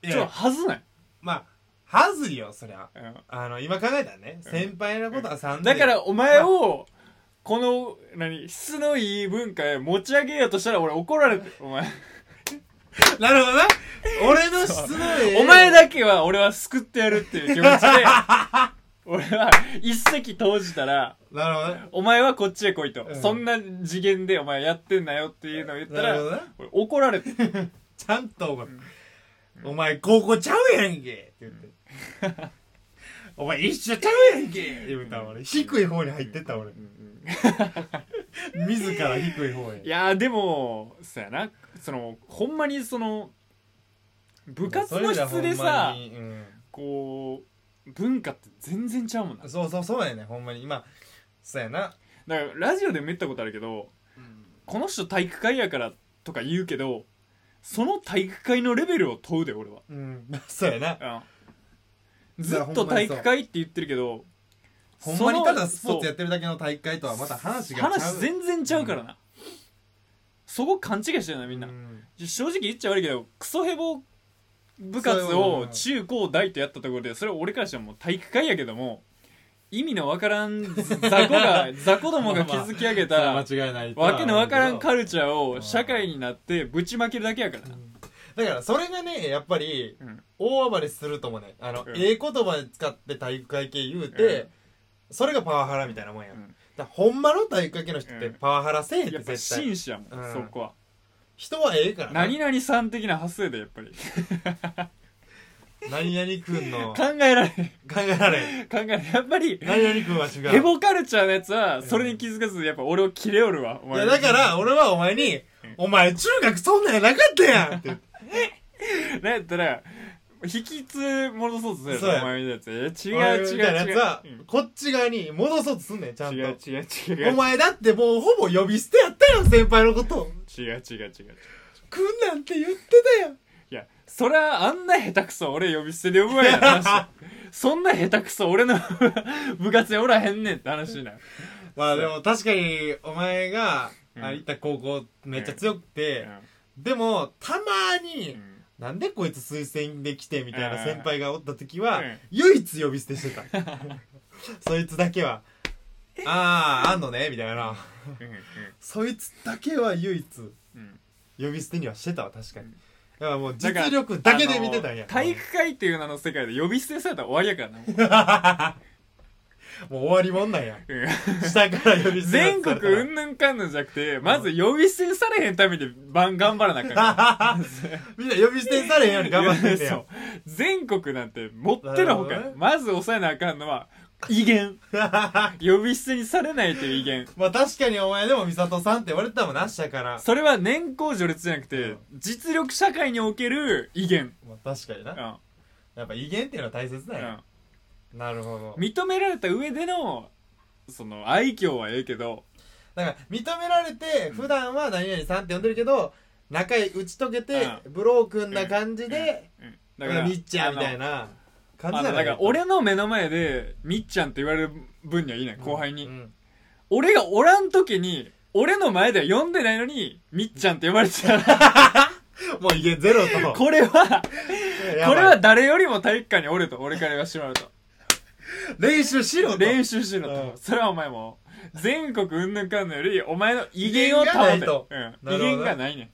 いちょっとやはずないまあはずいよそりゃうんあの今考えたらねうん先輩のことは3だからお前をこの何質のいい文化へ持ち上げようとしたら俺怒られてお前なるほどな俺の質のいいお前だけは俺は救ってやるっていう気持ち で俺は一石投じたらなるほどなお前はこっちへ来いと、うんそんな次元でお前やってんなよっていうのを言ったなるほどらな俺怒られてちゃんとお前、お前高校ちゃうやんけって言って。 お前一緒ちゃうやんけって言うたわ俺。低い方に入ってった俺。自ら低い方へ。いやーでもそやなそのほんまにその部活の質でさそれじゃほんまにうんこう文化って全然ちゃうもんなだかそうそうそうやね、ほんまに。今、そうやな。らラジオでも言ったことあるけどこの人体育会やからとか言うけどその体育会のレベルを問うで俺はうん、 そうやな。うんずっと体育会って言ってるけどほんまにただスポーツやっってるだけの大会とはまた話がちゃう。話全然ちゃうからな、そこ勘違いしてるなみんな、うん正直言っちゃ悪いけどクソヘボ部活そうをよ中高大とやったところでそれ俺からしても体育会やけども意味のわからん雑魚 が雑魚どもが築き上げたそれは間違いないとはわ思うけけどのわからんカルチャーを社会になってぶちまけるだけやからな、だからそれがね、やっぱり、うん大暴れするともねあの、うんええ言葉使って体育会系言うて、うんそれがパワハラみたいなもんや、、うんだんからほんまの体育会系の人ってうんパワハラせえへんやっってぱ絶対、紳士やもん、うんそこは人はええからな 何々さん的な発生でやっぱり何々くんの考考えられんえられん考えられんやっぱり何々くんは違うヘボカルチャーのやつはそれに気づかずやっぱ俺を切れおるわおい前やだから俺はお前に、お前中学そんなんやなかったやんって言ってなんやったら引きつ戻そうとするそうややろお前みたいなやつえお前違う違う違うみたいなやつは、うんこっち側に戻そうとすんねんちゃん違うと違う違う違うお前だってもうほぼ呼び捨てやったやん先輩のこと違う違う違う違うくんなんて言ってたやんいやそりゃあんな下手くそ俺呼び捨てで呼ぶわやん話そんな下手くそ俺の 部活でおらへんねんって話になるまあでも確かにお前が、うんあ行った高校めっちゃ強くて、でもたまに、うんなんでこいつ推薦できてみたいうんな先輩がおった時は、うん唯一呼び捨 てしてたそいつだけは「あああんのね」みたいなうんそいつだけは唯一うんうん呼び捨てにはしてたわ確かうにんだからもう実力だけで見てたんやあの体育会っていう名の世界で呼び捨てされたら終わりやからなもうもう終わりもんなんやうん下から呼び捨て全国ううんぬんかんぬんじゃなくてまず呼び捨てされへんために番頑張らなあかんから みんな呼び捨てされへんよう に頑張ってんね やそう全国なんて持ってのほかなやるほどねまず抑えなあかんのは威厳呼び捨てにされないという威厳 まあ確かにお前でも美里さんって言われてたもんな下から、それは年功序列じゃなくうてん実力社会における威厳まあ、確かにう、なんうんやっぱ威厳っていうのは大切だよ、なるほど認められた上でのその愛嬌はええけどだから認められて普段は何々さんって呼んでるけど仲良い打ち解けてブロークンな感じで、うんだからみっちゃんみたいな感あじのだだから俺の目の前でみっちゃんって言われる分にはいいね後輩に、うん俺がおらん時に俺の前では呼んでないのにみっちゃんって呼ばれてたらもう威厳ゼロとこれはやこばいれは誰よりも体育館におると俺から言わせてもらうと 練習しろと練習しろうとんそれはお前もう全国うんぬんかんのよりお前の威厳を保威厳がないとて、うん、威なるほどね厳がないねん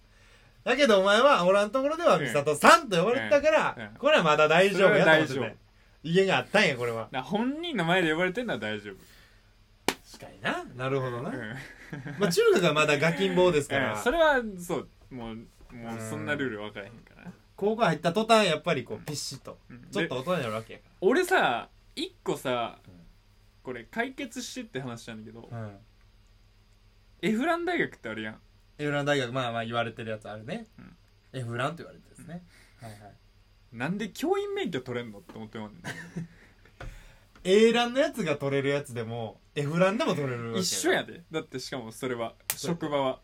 だけどお前は俺のところでは美里さんと呼ばれてたかうんうらん、これはまだ大丈夫やと思ってそれは大丈。て威厳があったんや、これは。な本人の前で呼ばれてんのは大丈夫確かにななるほどな う。んまあ中学はまだガキン坊ですかうんらそ、れはそうもうもううんそんなルール分からへんから高校入った途端やっぱりこう、ピシッと。うんちょっでと大人になるわけやか俺さ一個さうんこれ解決してって話なんだけどうんエフラン大学ってあるやんら。エフラン大学、まあまあ言われてるやつあるねうん。エフランと言われてるですね。はいはい。なんで教員免許取れんのって思ってもんねん A ランのやつが取れるやつでも F ランでも取れるわけ一緒やでだってしかもそれは職場は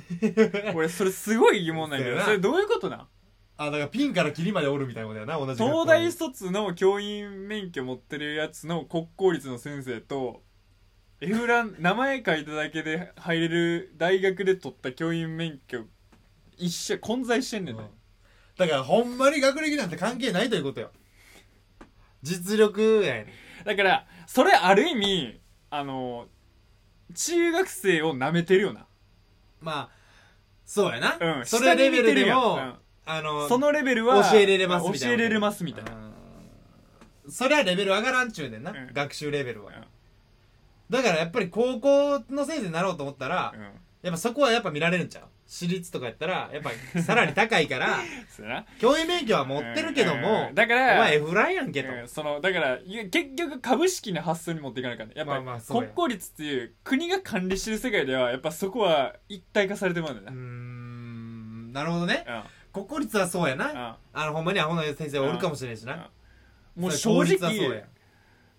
俺それすごい疑問なんやけどそうやなそれどういうことなんあだからピンからキリまでおるみたいなことやな同じ学校東大卒の教員免許持ってるやつの国公立の先生とエフラン名前書いただけで入れる大学で取った教員免許一緒混在してんねんね、うんだからほんまに学歴なんて関係ないということよ実力やねんだからそれある意味あの中学生をなめてるよなまあそうやな、うんそれレベル下に見てでも、るやんあうんのそのレベルは教えれれますみたいな教えれれますみたいなうんそれはレベル上がらんちゅうねんな、うん学習レベルは、うんだからやっぱり高校の先生になろうと思ったら、うんやっぱそこはやっぱ見られるんちゃう私立とかやったらやっぱさらに高いから そうやな教員免許は持ってるけども、うんだかおら前 F ランやんけと、うんそのだからいや結局株式の発想に持っていかなきゃねやっぱりまあまあそうや国公立っていう国が管理してる世界ではやっぱそこは一体化されてまうんだうーよんなるほどねな国公立はそうやうんなあのほんまにアホな先生おるかもしれんしなうんもうそ正れ公立はそう直や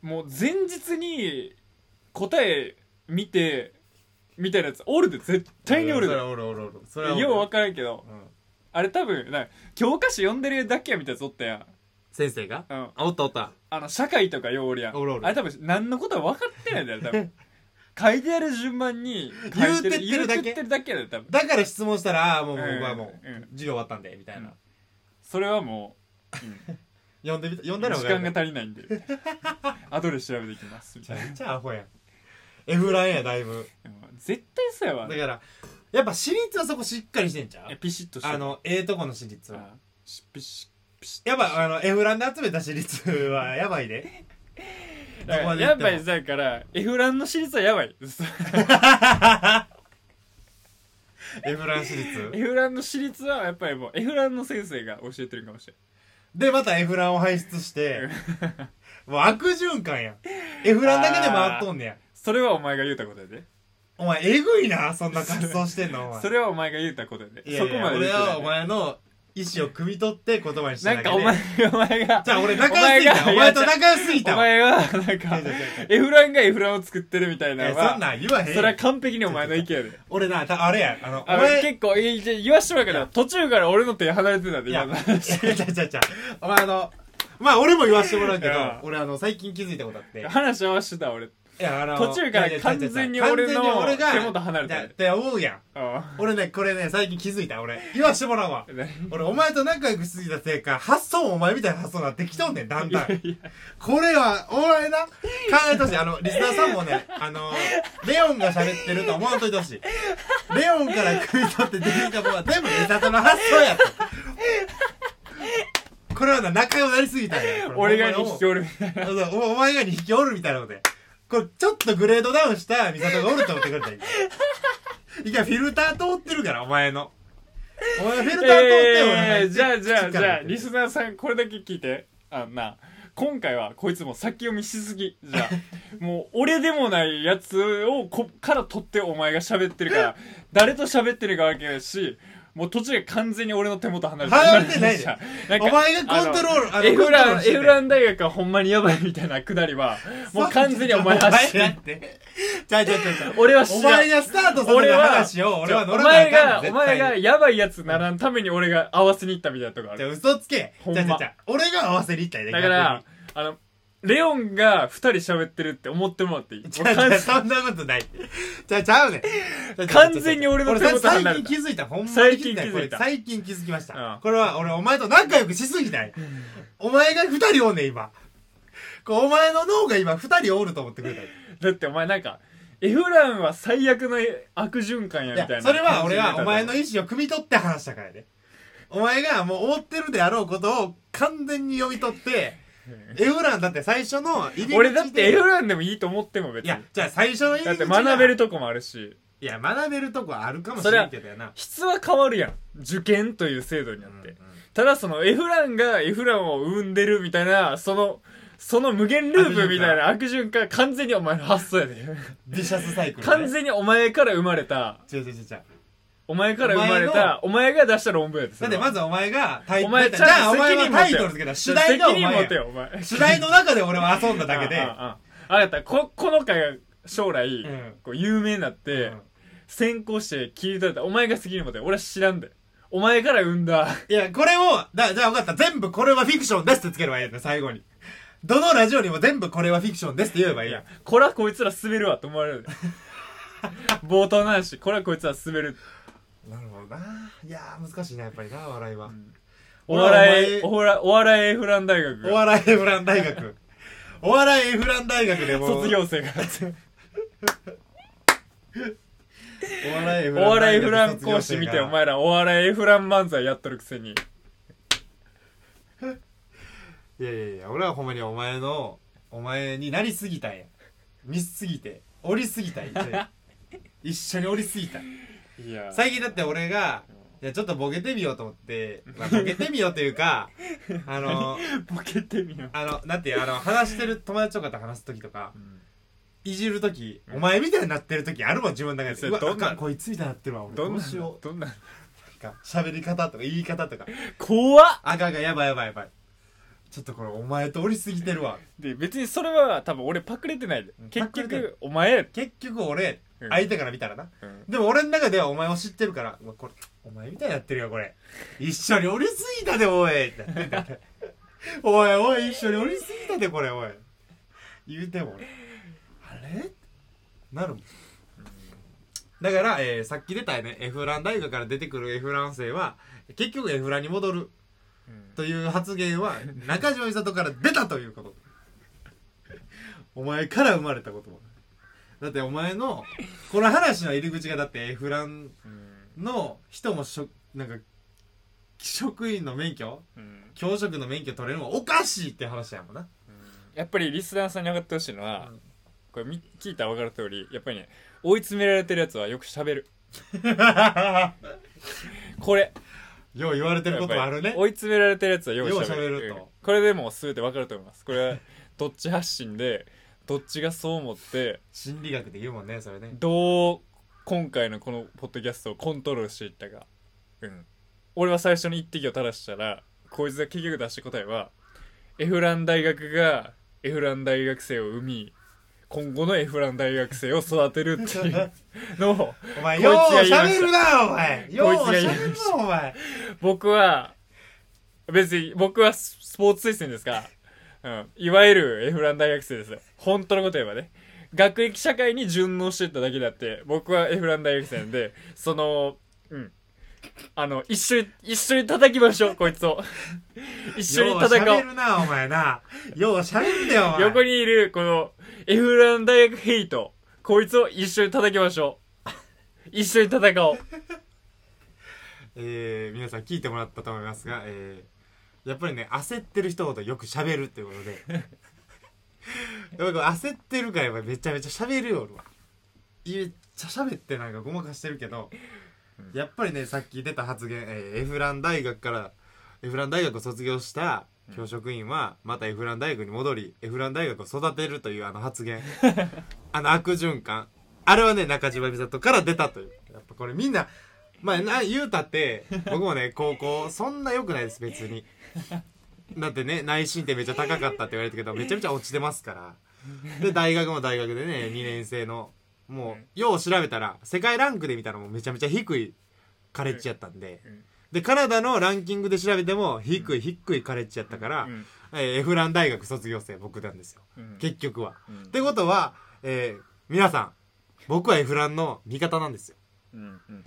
もう前日に答え見てみたいなやつおるで絶対におるそでれはおるおるおるそれはおるよう分からんけどうんあれ多分なんか教科書読んでるだけやみたいなやつおったやん先生がうんあおったおったあの社会とかようおるやんおるおるあれ多分何のことは分かってないんだよ多 分書いてある順番に言うてってるだ言けうてってるだけやで多分だから質問したらあーもううん僕はもううん授業終わったんでみたいなそれはも呼んでみた呼うんだら時分かる間が足りないんで後で調べてきますみ たいなめっちゃアホやん F ランやだいぶうん絶対そうやだわからやっぱ私立はそこしっかりしてんちゃいやうピシッとしてるあのええとこの私立はあしピシッピシッやっぱあの F ランで集めた私立はやば いでどこまでや行っってぱもりだからエフランの私立はやば い F ラン私立エフランの私立はやっぱりもうエフランの先生が教えてるかもしれでまたエフランを輩出してもう悪循環やんエフランだけで回っとんねやんそれはお前が言うたことやでお前えぐいなそんな活動してんのお前それはお前が言うたことやでいやいやそこまで言俺うてないはお前の意思を汲み取って言葉にしたなんだかけでお前お前がじゃあ俺仲良すぎたお前お前がと仲良すぎおたわ前はなんか違う違う違うエフランがエフランを作ってるみたいなえのそんはなん言わへんそれはよ完璧にお前の意見やで俺なたあれやあのおあ前の結構いいじゃ言わしてもらうけいどや途中から俺の手離れてたでい今や、のいやちゃちゃちゃ。お前 あの、まあ俺も言わせてもらうけどうん、俺あの、最近気づいたことあって。い話合わせてた俺や、あの、途中から完全に俺の手元離れた。たいやっでて思うやん。あ俺ね、これね、最近気づいた、俺。言わしてもらうわ。あ何 俺、 お前と仲良くしすぎたせいか、発想もお前みたいな発想になってきとんねん、だんだん。これは、お前な、考えてほしい。あの、リスナーさんもね、あの、レオンが喋ってると思わんといてほしい。レオンから食い取って出てきたものは全部リサトの発想やと。これはな、仲良くなりすぎたね。これ俺がほんまにに引きおるみたいなそうそうおお前が2匹おるみたいなことで。これ、ちょっとグレードダウンしたミサトがおると思ってくれたらいい。一回フィルター通ってるから、お前の。お前フィルター通って、え俺ーじゃあじゃあじゃあリスー。ナーさんこれだけ聞いてあのな今回はこいつもう先読みしすぎじ ゃあもう俺でもないやつをこから取ってお前が喋ってるから誰と喋ってるかわけだしもう途中で完全に俺の手元離れ離れてない でじゃあなんかお前がコントロールああののエフコントロラールンしてエてフラン大学はほんまにやばいみたいなくだりはもう完全にお前がお 前がって。ちゃうちゃうちゃうちゃう。俺はお知らん前がスタートさせた話を俺は乗おらな前いかがんお絶前が対に。やばいやつならんために俺が合わせに行ったみたいなとこあるじゃあ嘘つけ。ほんじまゃあじゃあじゃあ俺が合わせに行ったんやだから、あの、レオンが二人喋ってるって思ってもらっていい逆に じゃあじゃあそんなことない。じゃあちゃうねん。じゃあ完全に俺の手元離俺れ最た近気づいた。ほんまに最近気づいたこれ最近気づきましうんた。これは俺お前と仲良くしすぎたんやお前が二人おんねん今。こうお前の脳が今二人おると思ってくれたんや。だってお前なんか、エフランは最悪の悪循環やみいたいやなそれは俺はお前のい意思を汲み取って話したからねお前がもう覆ってるであろうことを完全に読み取ってエフランだって最初の入り口で俺だってエフランでもいいと思っても別にいやじゃあ最初の入りだっ口てが学べるとこもあるしいや学べるとこはあるかもしれんけどやな質は変わるやん受験という制度になって、ただそのエフランがエフランを生んでるみたいなそのその無限ループみたいな悪循環完全にお前の発想やでディシャスサイクル、ね、完全にお前から生まれた違う違う違う違うお前から生まれたお前が出した論文やでそだっれてはまずお前がタイお前だってじゃあお前は責任持てよタイトルつけた主題がお前責任持てやよお前主題の中で俺は遊んだだけうんうんでうんあなたここの回が将来、んこう有名になって、うん先行して切り取れたお前が責任持てよ俺は知らんでお前から生んだ いや、これを、だ、じゃあ分かった。全部これはフィクションですってつければいいやつ、最後に。どのラジオにも全部これはフィクションですって言えばいいいやんや。、こらこいつら滑るわと思われる で。冒頭の話、こらこいつら滑る。なるほどな。いやー、難しいな、やっぱりな、笑いは。お笑い、おお笑い、お笑いエフラン大学おが。笑いエフラン大学。お笑いエフラン大学でもう卒。業生が。お笑いエフおラ笑ン大学。いエフラン講師卒業生見がて、お前らお笑いエフラン漫才やっとるくせに。いやいやいや、俺はほんまにお前の、お前になりすぎたんや。見すぎて、降りすぎたんや。一緒に降りすぎた。いや最近だって俺が、いや、ちょっとボケてみようと思って、まあボケてみようというか、あの、ボケてみよあの、なんていう、あの、話してる友達とかと話す時とかう、ん。いじる時、お前みたいになってる時あるもん、自分の中そで。れうわ、どんあなかんこいつみたいになってるわ、俺。どんどうなしよ、どんな、うか。喋り方とか言い方とか。怖っあかんあかん、やばいやばいやばい。ちょっとこれ、お前と降りすぎてるわ。で、別にそれは多分俺パクれてないでうん。結パクれてな局、お前やで。結局俺、うん相手から見たらな。うんでも俺の中ではお前を知ってるから、うわこれ、お前みたいになってるよ、これ。一緒に降りすぎたで、おいってなってんだ俺おいおい、一緒に降りすぎたで、これ、おい。言うても俺、あれなるもん。だから、えーさっき出たね、エフラン大学から出てくるエフラン生は、結局エフランに戻るうんという発言は、中島美里から出たということ。お前から生まれた言葉。だってお前の、この話の入り口がだってエフランうんの人もしょなんか職員の免許うん教職の免許取れるのはおかしいって話やもん なやっぱりリスナーさんに上がってほしいのは、これみ聞いたら分かる通りやっぱりね追い詰められてるやつはよく喋るこれよう言われてることもあるやっねぱり追い詰められてるやつはよく喋るよう喋るとうんこれでもう全て分かると思いますこれはどっち発信でどっちがそう思って心理学で言うもんねそ れねどう今回のこのポッドキャストをコントロールしていったかうん俺は最初に一滴を垂らしたらこいつが結局出した答えはエフラン大学がエフラン大学生を生み今後のエフラン大学生を育てるっていうのをお前こいつようが言いました喋るなお前ようこいつが言いま喋るしたなお前僕は別に僕はススポーツ推薦ですから、うん、いわゆるエフラン大学生です本当のこと言えばね学歴社会に順応していっただけであって僕はエフラン大学生なんでそのうんあの一緒に一緒に叩きましょうこいつ を一緒に戦ようお喋るなお前なよう喋るんだよおう前横にいるこのエフラン大学ヘイトこいつを一緒に叩きましょう一緒に戦おうえー皆さん聞いてもらったと思いますが、えーやっぱりね焦ってる人ほどよく喋るっていうことでやっぱりこう焦ってるからやっぱめちゃめちゃ喋るよ俺はめっちゃ喋ってなんかごまかしてるけどやっぱりねさっき出た発言、えーエフラン大学からエフラン大学を卒業した教職員はまたエフラン大学に戻りエフラン大学を育てるというあの発言あの悪循環あれはね中島美里から出たというやっぱこれみんなまあな言うたって僕も ね高校そんな良くないです別にだってね内申点めっちゃ高かったって言われたけどめちゃめちゃ落ちてますからで大学も大学でね2年生のもうよう調べたら世界ランクで見たらもうめちゃめちゃ低いカレッジやったんでうんでカナダのランキングで調べても低い低いカレッジやったから、うんえーエフラン大学卒業生僕なんですようん結局は、うんってことは、えー皆さん僕はエフランの味方なんですようんうんうん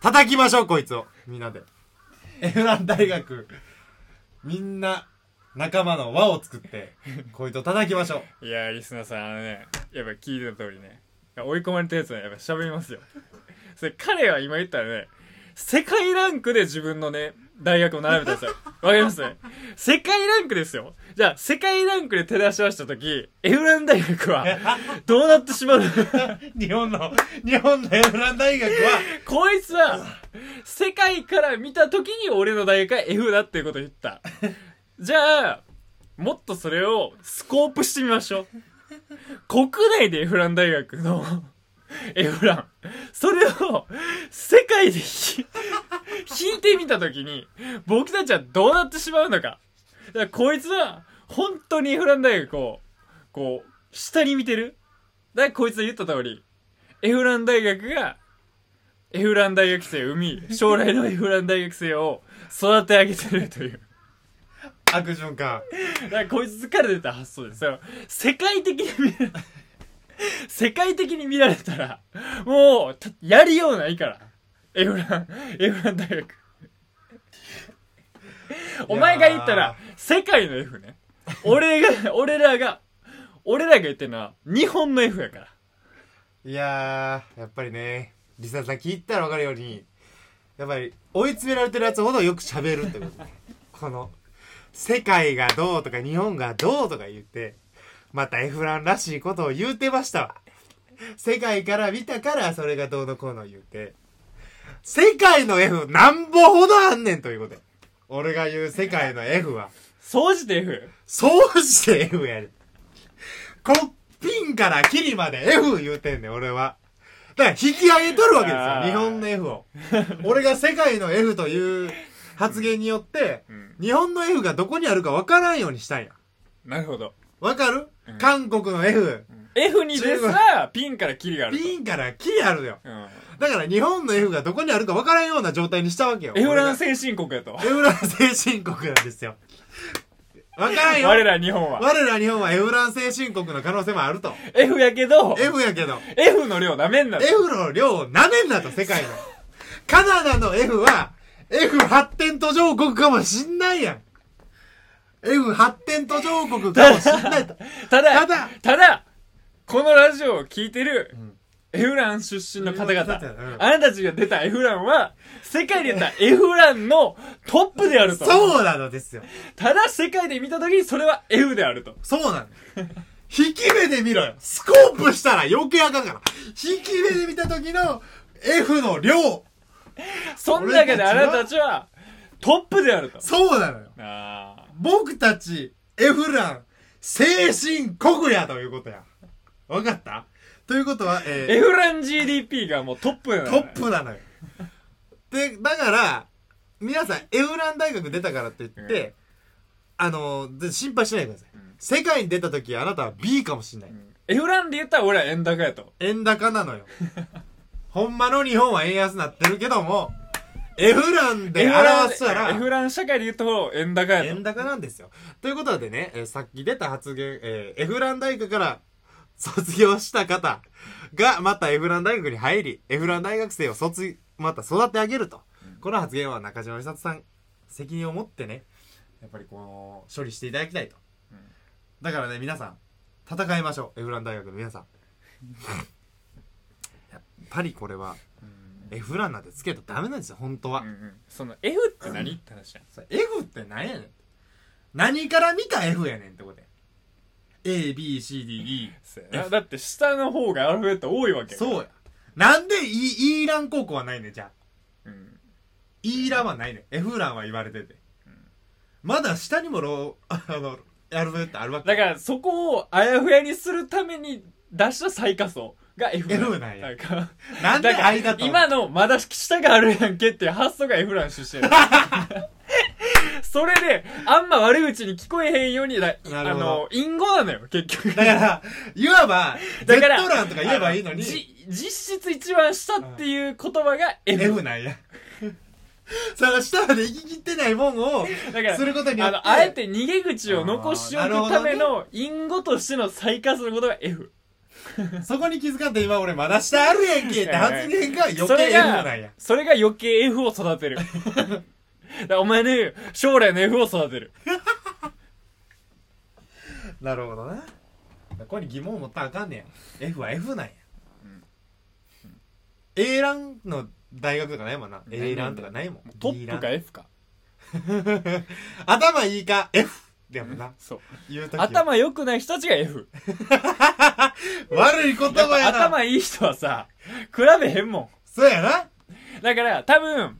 叩きましょうこいつをみんなでエフラン大学みんな仲間の輪を作ってこいつを叩きましょういやーリスナーさんあのねやっぱ聞いてた通りね追い込まれたやつはやっぱ喋りますよ。それ彼は今言ったらね、世界ランクで自分のね、大学を並べたんですよ。わかります世界ランクですよ。じゃあ、世界ランクで照らし合わせたとき、エフラン大学はどうなってしまうの 日本の、日本のエブラン大学は、こいつは、世界から見たときに俺の大学は F だっていうことを言った。じゃあ、もっとそれをスコープしてみましょう。国内でエフラン大学の エフラン。それを世界でひ引いてみたときに、僕たちはどうなってしまうのか。だからこいつは、本当にエフラン大学を、こう、下に見てる。だからこいつが言った通り、エフラン大学が、エフラン大学生を生み、将来のエフラン大学生を育て上げてるという。アクションかだからこいつから出た発想ですよ世界的に見 られ世界的に見られたらもうたやりようないからエフランエフラン大学お前が言ったら世界の F ね俺が俺らが俺らが言ってるのは日本の F やからいやーやっぱりねリサさん聞いたら分かるようにやっぱり追い詰められてるやつほどよく喋るってことね この世界がどうとか日本がどうとか言ってまたエフランらしいことを言うてましたわ世界から見たからそれがどうのこうの言うて世界の F なんぼほどあんねんということで俺が言う世界の F は総じて F そうして F やる。こっぴんからキリまで F 言うてんねん、俺は。だから引き上げとるわけですあよ、ー日本の F を。俺が世界の F という発言によって、うん日本の F がどこにあるか分からんようにしたんや。なるほどわかる、うん韓国の F、 F にですらピンからキリがあるとピンからキリあるよ。うん、だから日本の F がどこにあるか分からんような状態にしたわけよ。エフラン俺先進国やとがエフラン先進国なんですよ。分からんよ。我ら日本は我ら日本はエフラン先進国の可能性もあると。 F やけど F やけど、 F の量なめんなと F の量をなめんなと、世界の。カナダの F は、F 発展途上国かもしんないやん。F 発展途上国かもしんないと。ただただただこのラジオを聞いてるんエフラン出身の方うん々、あなたたちが出たエフランは、世界で出たエフランのトップであると。そうなのですよ。ただ世界で見たときにそれは F であると。そうなの。引き目で見ろよ。スコープしたら余計あかんから。引き目で見た時の F の量。そん中であなたたちは、トップであると。そうなのよ。あ僕たち、エフラン、精神国やということや。わかったということは、えーーエフラン GDP がもうトップなのねトップなのよ。で、だから、皆さん、エフラン大学出たからって言って、あので心配しないでください。ん世界に出た時、あなたは B かもしれない。うんエフランで言ったら俺は円高やと。円高なのよ。ほんまの日本は円安なってるけども、エフランで表すたらエ、フラン社会で言った方円高やと 円。高なんですよ。ということでね、えーさっき出た発言、えーエフラン大学から卒業した方 がまたエフラン大学に入り、エフラン大学生を卒、また育て上げると。この発言は中島美里さん、責任を持ってね、やっぱりこの、処理していただきたいと。んだからね、皆さん、戦いましょう。エフラン大学の皆さん。 やっぱりこれは、エフランなんてつけたらダメなんですよ、本当は。うんうんその F って何って話やん。それ F って何やねん何から見た F やねんってことや ABCDE そうやなだって下の方がアルファベット多いわけやからそうやなんで E, e ラン高校はないねんじゃあうん、 E ランはないねん F ランは言われてて、まだ下にもロー あのアルファベットあるわけだからそこをあやふやにするために出した最下層が F F なんだやからなんでだから間と今のまだ下があるやんけっていう発想が F ラン 出身やねんそれであんま悪口に聞こえへんようにだなあるほどの隠語なのよ結局だからいわば Z だからランとか言えばいいのにじ実質一番下っていう言葉が F, F なんや その下まで行き切ってないもんをだからすることによっあのてあえて逃げ口を残しておくための隠語としての最下層のことが F そこに気づかんと今俺まだ下あるやんけって発言が余計それ F がなんやそれが余計 F を育 てるだからお前の言う将来の F を育てるなるほどなここに疑問を持ったらあかんねや F は F なんや、ん A ランの大学とかないもんな。ない A ランとかないもん。トップか B F かラン 頭いいか F だもんな。そう言うときは。頭良くない人たちが F 悪いや言っ葉ぱやな。頭いい人はさ比べへんもんそうやな。だから多分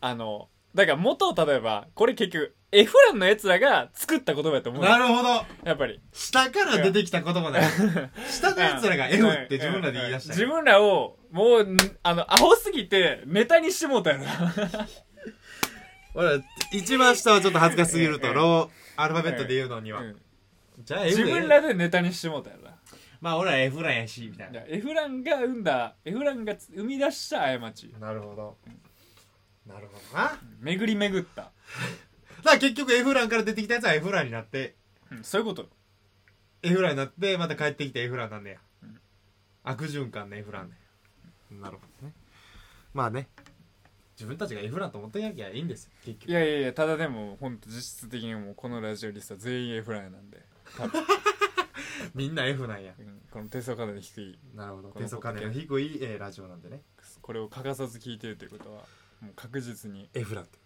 あのだから元を例えばこれ結局エフランのやつらが作った言葉やと思うよなるほど。やっぱり下から出てきた言葉だよ。下の奴らが F って自分らで言い出したん自や。分らをもうんあのアホすぎてネタにしてもう たよな俺ら、一番下はちょっと恥ずかしすぎるうと、んロー、アルファベットで言うのにはう。んじゃあ F 自で分らでネタにしてもうたよなまあ俺ら F ランやし、みたいいなや。エフランが生んだエフランが生み出した過ちなるほど。なるほどな。だか巡り巡った、ら結局 F ランから出てきたやつは F ランになって、うん、そういうこと F ランになって、また帰ってきて F ランなんねや。悪循環ね、F ランね。なるほどね。まあね。自分たちが F ランと思ってなきゃいいんですよ、結い局。やいやいやただでも本当実質的にもうこのラジオリストは全員エフランなんで、みんな F なんや。うんこの低層課題の低いなるほど。この低速金の低い、えーラジオなんでね。これを欠かさず聞いてるということはもう確実に F ランって。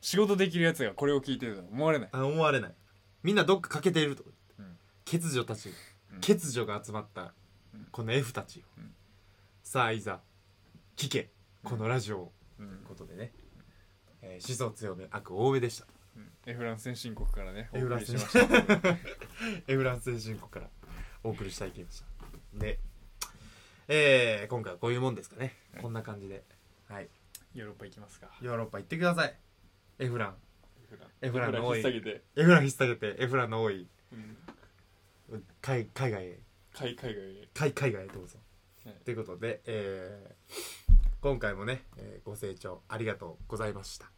仕事できるやつがこれを聞いてるとは思われないあ思われないみんなどっか欠けていると、うん欠如たち、うん欠如が集まったうんこの F たちよ、うんさあいざ聞けこのラジオを、うというんことでね、えー、思想強め悪多めでしたうんエフラン先進国からねお F 送ランりし先ました フランス人国からお送りしたい件でしたで、えー、今回はこういうもんですかねこんな感じで、はい、 ヨーロッパ行きますかヨーロッパ行ってください F ランエエフランの多い引っ提げて、 F ラン引っ提げて F ランの多いうん、海海外へ海海外へ海海外へどうぞ。はいということで、えー今回もね、えーご清聴ありがとうございました。